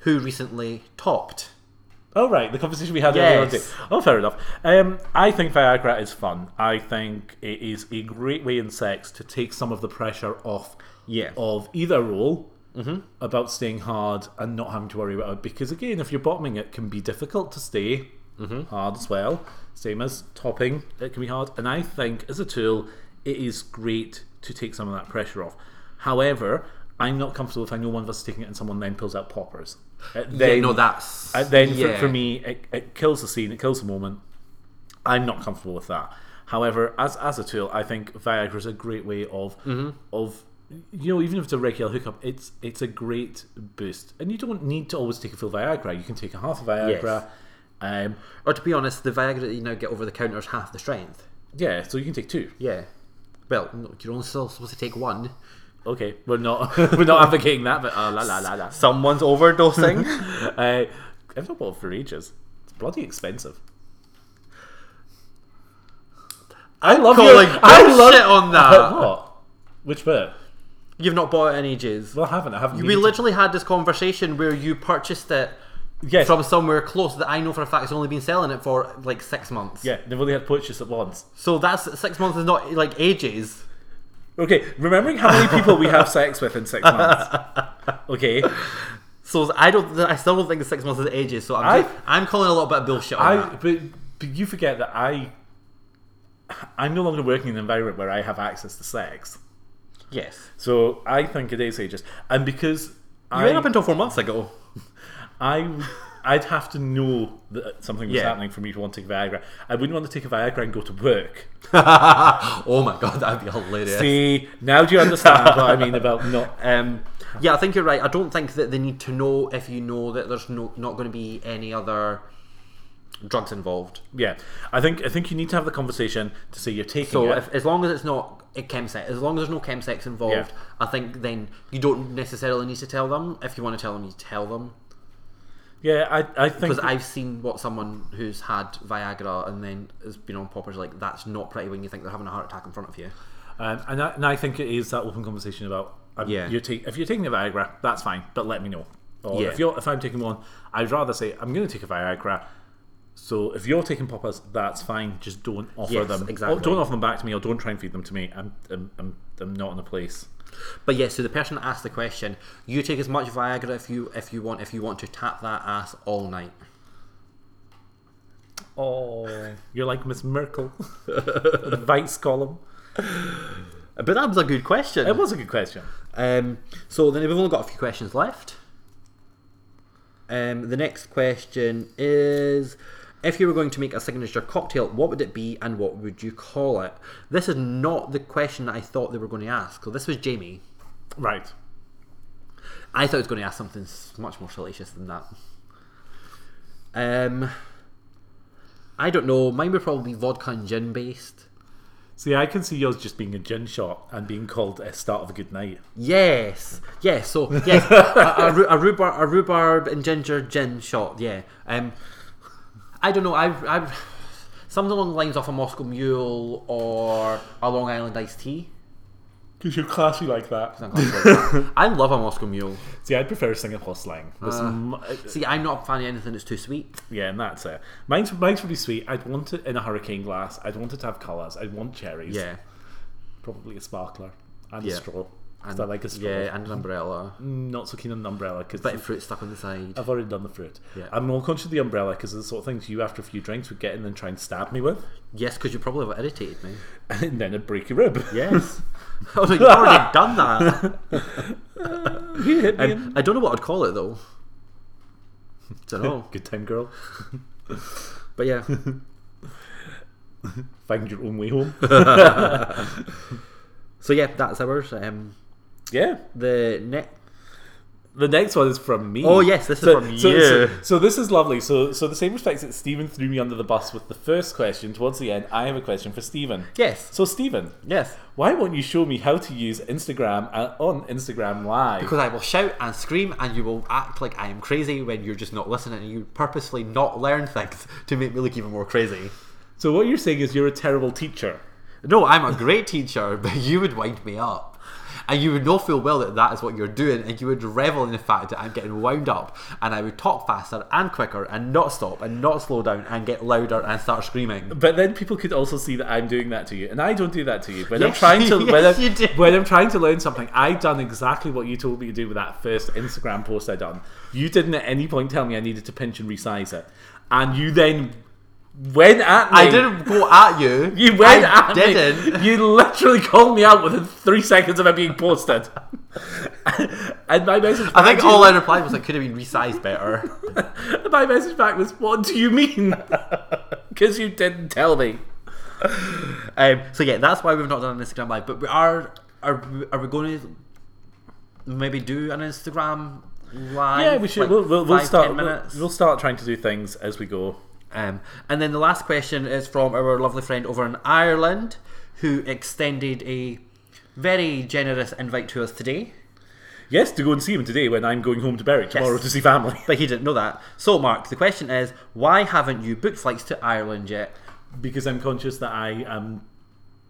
B: who recently topped?
A: Oh right, the conversation we had earlier on
B: Yes.
A: today. Oh, fair enough. Um, I think Viagra is fun. I think it is a great way in sex to take some of the pressure off
B: Yeah. Mm-hmm.
A: of either role about staying hard and not having to worry about it. Because again, if you're bottoming, it can be difficult to stay
B: Mm-hmm.
A: hard as well. Same as topping, it can be hard. And I think as a tool, it is great to take some of that pressure off. However, I'm not comfortable if I know one of us is taking it and someone then pulls out poppers. Uh,
B: Yeah,
A: then-
B: no, that's
A: and Uh, then
B: yeah.
A: for, for me, it, it kills the scene, it kills the moment. I'm not comfortable with that. However, as as a tool, I think Viagra is a great way of
B: Mm-hmm.
A: of you know even if it's a regular hookup, it's it's a great boost, and you don't need to always take a full Viagra. You can take a half of Viagra.
B: Yes.
A: Um,
B: Or to be honest, the Viagra that you now get over the counter is half the strength.
A: yeah, so you can take two.
B: Yeah. Well, no, you're only still supposed to take one.
A: Okay, we're not we're not advocating that, but uh, la la la la.
B: Someone's overdosing.
A: Uh, I've not bought it for ages. It's bloody expensive. I love your-
B: Calling
A: I love
B: bullshit on
A: But
B: that.
A: what? Which bit?
B: You've not bought it in ages.
A: Well, I haven't. I haven't.
B: We
A: needed-
B: literally had this conversation where you purchased it
A: yes,
B: from somewhere close that I know for a fact it's only been selling it for like six months.
A: yeah. They've only had purchased it once.
B: So that's six months is not like ages.
A: Okay, remembering how many people we have sex with in six months. Okay,
B: So I don't. I still don't think six months is ages. So I'm,
A: I-
B: just- I'm calling a little bit of bullshit on
A: I
B: that.
A: but, but you forget that I I'm no longer working in an environment where I have access to sex.
B: Yes.
A: So I think it is ages, and because
B: You
A: I
B: went up until four months ago.
A: I would- I'd have to know that something was
B: Yeah.
A: happening for me to want to take Viagra. I wouldn't want to take a Viagra and go to work.
B: oh my god, that'd be hilarious.
A: See, now do you understand what I mean about not?
B: Um, yeah, I think you're right. I don't think that they need to know if you know that there's no, not going to be any other drugs involved.
A: Yeah, I think I think you need to have the conversation to say you're taking
B: So
A: it.
B: if, as long as it's not a chemsex, as long as there's no chemsex involved,
A: Yeah.
B: I think then you don't necessarily need to tell them. If you want to tell them, you tell them.
A: yeah, I I think
B: Because I've seen what someone who's had Viagra and then has been on poppers like that's not pretty when you think they're having a heart attack in front of you.
A: Um, and, I, and I think it is that open conversation about um,
B: Yeah.
A: you're ta- if you're taking a Viagra, that's fine, but let me know. Or
B: Yeah.
A: if you're if I'm taking one, I'd rather say I'm going to take a Viagra. So if you're taking poppers, that's fine. Just don't offer
B: Yes,
A: them. or
B: exactly.
A: don't offer them back to me, or don't try and feed them to me. I'm I'm, I'm, I'm not in a place.
B: But yeah, so the person that asked the question, you take as much Viagra if you if you want if you want to tap that ass all night.
A: Oh, you're like Miss Merkel, Vice column.
B: But that was a good question.
A: It was a good question.
B: Um, so then we've only got a few questions left. Um, the next question is if you were going to make a signature cocktail, what would it be and what would you call it? This is not the question that I thought they were going to ask. So this was Jamie.
A: Right.
B: I thought he was going to ask something s- much more salacious than that. Um, I don't know. Mine would probably be vodka and gin based.
A: See, I can see yours just being a gin shot and being called a start of a good night.
B: Yes, yes. So yes, a, a, ru- a rhubarb, a rhubarb and ginger gin shot. Yeah. Um, I don't know. I, I, something along the lines of a Moscow Mule or a Long Island iced tea.
A: Because you're classy like that.
B: I love a Moscow Mule.
A: See, I prefer Singapore slang. That's
B: Ah.
A: m-
B: See, I'm not a fan of anything that's too sweet.
A: yeah, and that's it. Mine's, mine's really sweet. I'd want it in a hurricane glass. I'd want it to have colours. I'd want cherries.
B: Yeah.
A: Probably a sparkler and
B: Yeah.
A: a straw. 'Cause
B: And-
A: I like a straw.
B: Yeah, and an umbrella.
A: Not so keen on an umbrella because
B: Bit of fruit stuck on the side.
A: I've already done the fruit.
B: Yeah.
A: I'm more conscious of the umbrella because the sort of things you, after a few drinks, would get in and try and stab me with,
B: Yes, because you probably have irritated me.
A: and then it'd break your rib.
B: Yes. oh, no, you've already done that. Um,
A: you hit me. in-
B: I don't know what I'd call it though. Don't know.
A: Oh, Good time, girl.
B: But yeah,
A: Find your own way home.
B: so yeah, that's ours. Um,
A: yeah.
B: the next.
A: The next one is from me.
B: Oh yes, this is from
A: so,
B: you.
A: so, so this is lovely. So, so the same respects that Stephen threw me under the bus with the first question. Towards the end, I have a question for Stephen.
B: yes.
A: So, Stephen,
B: Yes.
A: why won't you show me how to use Instagram uh, on Instagram Live?
B: Because I will shout and scream, and you will act like I am crazy when you're just not listening, and you purposely not learn things to make me look even more crazy.
A: so, what you're saying is you're a terrible teacher.
B: No, I'm a great teacher, but you would wind me up. And you would know full well that that is what you're doing, and you would revel in the fact that I'm getting wound up, and I would talk faster and quicker, and not stop, and not slow down, and get louder and start screaming.
A: But then people could also see that I'm doing that to you, and I don't do that to you. When I'm
B: Yes,
A: trying to
B: yes,
A: when,
B: you
A: I'm,
B: do.
A: when I'm trying to learn something, I've done exactly what you told me to do with that first Instagram post I done. You didn't at any point tell me I needed to pinch and resize it, and you then went at me.
B: I didn't go at you.
A: You went
B: I
A: at
B: didn't.
A: me. You literally called me out within three seconds of it being posted. and my message.
B: I think
A: back to you-
B: all I replied was I could have been resized better.
A: My message back was, "What do you mean?" Because you didn't tell me.
B: Um, so yeah, that's why we've not done an Instagram live, but we are are are we going to maybe do an Instagram live?
A: Yeah, we should.
B: like
A: we'll, we'll, we'll
B: five,
A: start.
B: ten
A: We'll,
B: minutes?
A: we'll start trying to do things as we go.
B: Um, and then the last question is from our lovely friend over in Ireland, who extended a very generous invite to us today.
A: Yes, to go and see him today when I'm going home to Berwick tomorrow
B: Yes.
A: to see family.
B: But he didn't know that. So, Mark, the question is why haven't you booked flights to Ireland yet?
A: Because I'm conscious that I am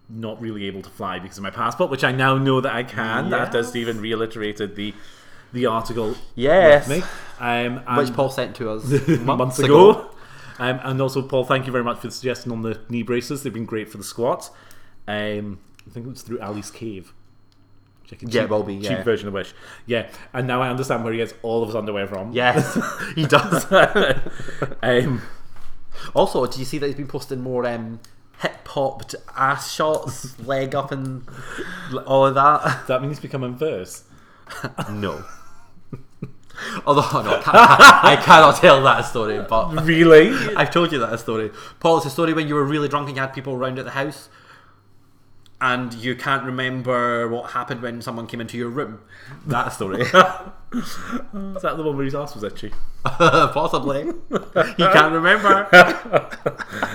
A: not really able to fly because of my passport, which I now know that I can.
B: Yes.
A: After Stephen reiterated the the article
B: Yes.
A: with me, um, and
B: Which Paul sent to us
A: months, ago. Um, and also, Paul, thank you very much for the suggestion on the knee braces. They've been great for the squat. Um, I think it was through Ali's Cave. Which I can
B: Yeah,
A: cheap,
B: will be, yeah.
A: cheap version of Wish. Yeah, and now I understand where he gets all of his underwear from.
B: Yes, he does.
A: um,
B: Also, do you see that he's been posting more um, hip hopped ass shots, leg up, and all of that?
A: that means he's become inverse.
B: No. Although no, I cannot tell that story, but
A: Really?
B: I've told you that story. Paul, it's a story when you were really drunk and you had people around at the house and you can't remember what happened when someone came into your room. That story.
A: Is that the one where his ass was itchy?
B: Possibly. He can't remember.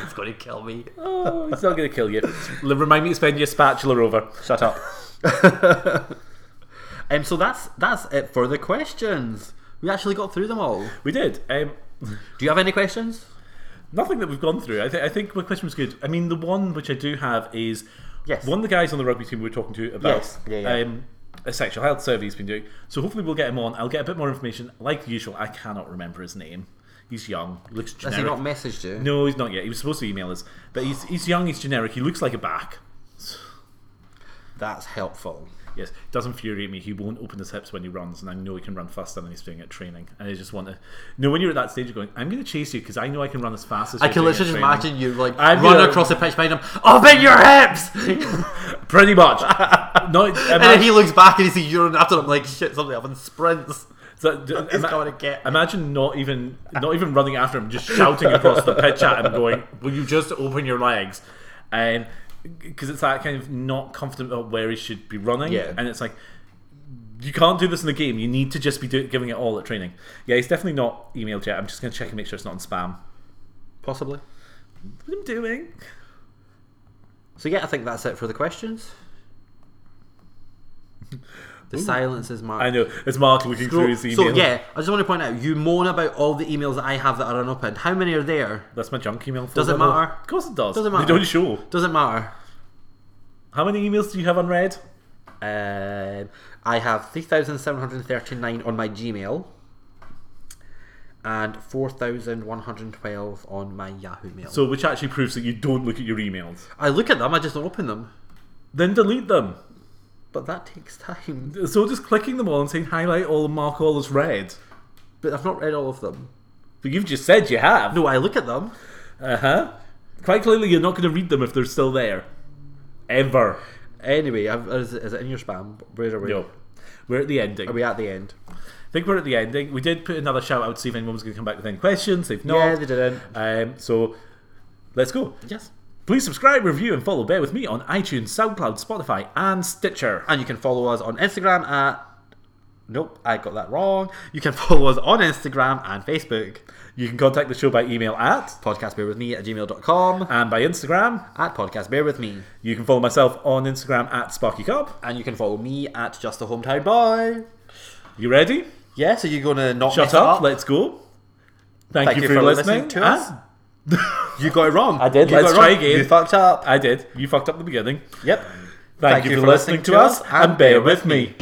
B: it's going to kill me.
A: Oh, he's not going to kill you. L- Remind me to spend your spatula over.
B: Shut up. um, so that's that's it for the questions. We actually got through them all.
A: We did. Um,
B: Do you have any questions?
A: nothing that we've gone through. I, th- I think my question was good. I mean, the one which I do have is
B: Yes.
A: one of the guys on the rugby team we were talking to about
B: Yes. Yeah, yeah.
A: Um, a sexual health survey he's been doing. So hopefully we'll get him on. I'll get a bit more information. Like usual, I cannot remember his name. He's young. He looks
B: Has
A: generic.
B: he not messaged you?
A: no, he's not yet. He was supposed to email us, but he's he's young. He's generic. He looks like a back.
B: That's helpful.
A: Yes, it does infuriate me. He won't open his hips when he runs, and I know he can run faster than he's doing at training. And I just want to. No, when you're at that stage, you're going, "I'm going to chase you because I know I can run as fast as
B: I
A: you're
B: can
A: doing at
B: literally just
A: training."
B: imagine you like
A: I'd be
B: run
A: like-
B: across the pitch behind him, "Oh, open your hips,
A: Pretty much. no,
B: and then he looks back and he sees you're after him like shit something up and sprints.
A: So, d-
B: He's going to get.
A: Imagine not even not even running after him, just shouting across the pitch at him, going, "Will you just open your legs?" And because it's that kind of not confident about where he should be running,
B: Yeah.
A: and it's like you can't do this in the game. You need to just be do- giving it all at training. Yeah, he's definitely not emailed yet. I'm just going to check and make sure it's not on spam.
B: Possibly.
A: What I'm doing?
B: So yeah, I think that's it for the questions. The silence is marked.
A: I know it's Mark looking through his email.
B: so yeah, I just want to point out you moan about all the emails that I have that are unopened. How many are there?
A: that's my junk email.
B: Does it
A: folder.
B: matter?
A: Of course it does.
B: Does it
A: They
B: matter?
A: don't show.
B: Doesn't matter.
A: How many emails do you have unread?
B: Uh, Um, I have 3,739 on my Gmail and 4,112 on my Yahoo Mail.
A: So, which actually proves that you don't look at your emails.
B: I look at them, I just don't open them.
A: Then delete them.
B: But that takes time.
A: So, just clicking them all and saying highlight all and mark all as red.
B: But I've not read all of them.
A: But you've just said you have.
B: No, I look at them.
A: Uh huh. Quite clearly, you're not going to read them if they're still there. Ever.
B: Anyway, I've, is, it, is it in your spam? Where are we?
A: No. We're at the ending.
B: Are we at the end?
A: I think we're at the ending. We did put another shout out to see if anyone was going to come back with any questions. If not,
B: Yeah, they didn't.
A: Um, so let's go.
B: Yes.
A: Please subscribe, review, and follow Bear With Me on iTunes, SoundCloud, Spotify, and Stitcher.
B: And you can follow us on Instagram at. Nope, I got that wrong. You can follow us on Instagram and Facebook.
A: You can contact the show by email at
B: Podcast Bear With Me at gmail.com.
A: and by Instagram.
B: At Podcast Bear With Me.
A: You can follow myself on Instagram at SparkyCob.
B: And you can follow me at Just a Hometown Boy.
A: You ready?
B: Yeah, so you're going to not mess
A: Shut
B: it
A: up, Let's go. Thank, you, for, listening.
B: to us.
A: And-
B: You got it wrong. I
A: did.
B: You
A: Let's
B: got it
A: try
B: wrong.
A: again.
B: You fucked up.
A: I did. You fucked up the beginning.
B: Yep.
A: Thank, you, for listening, to us, and bear with me.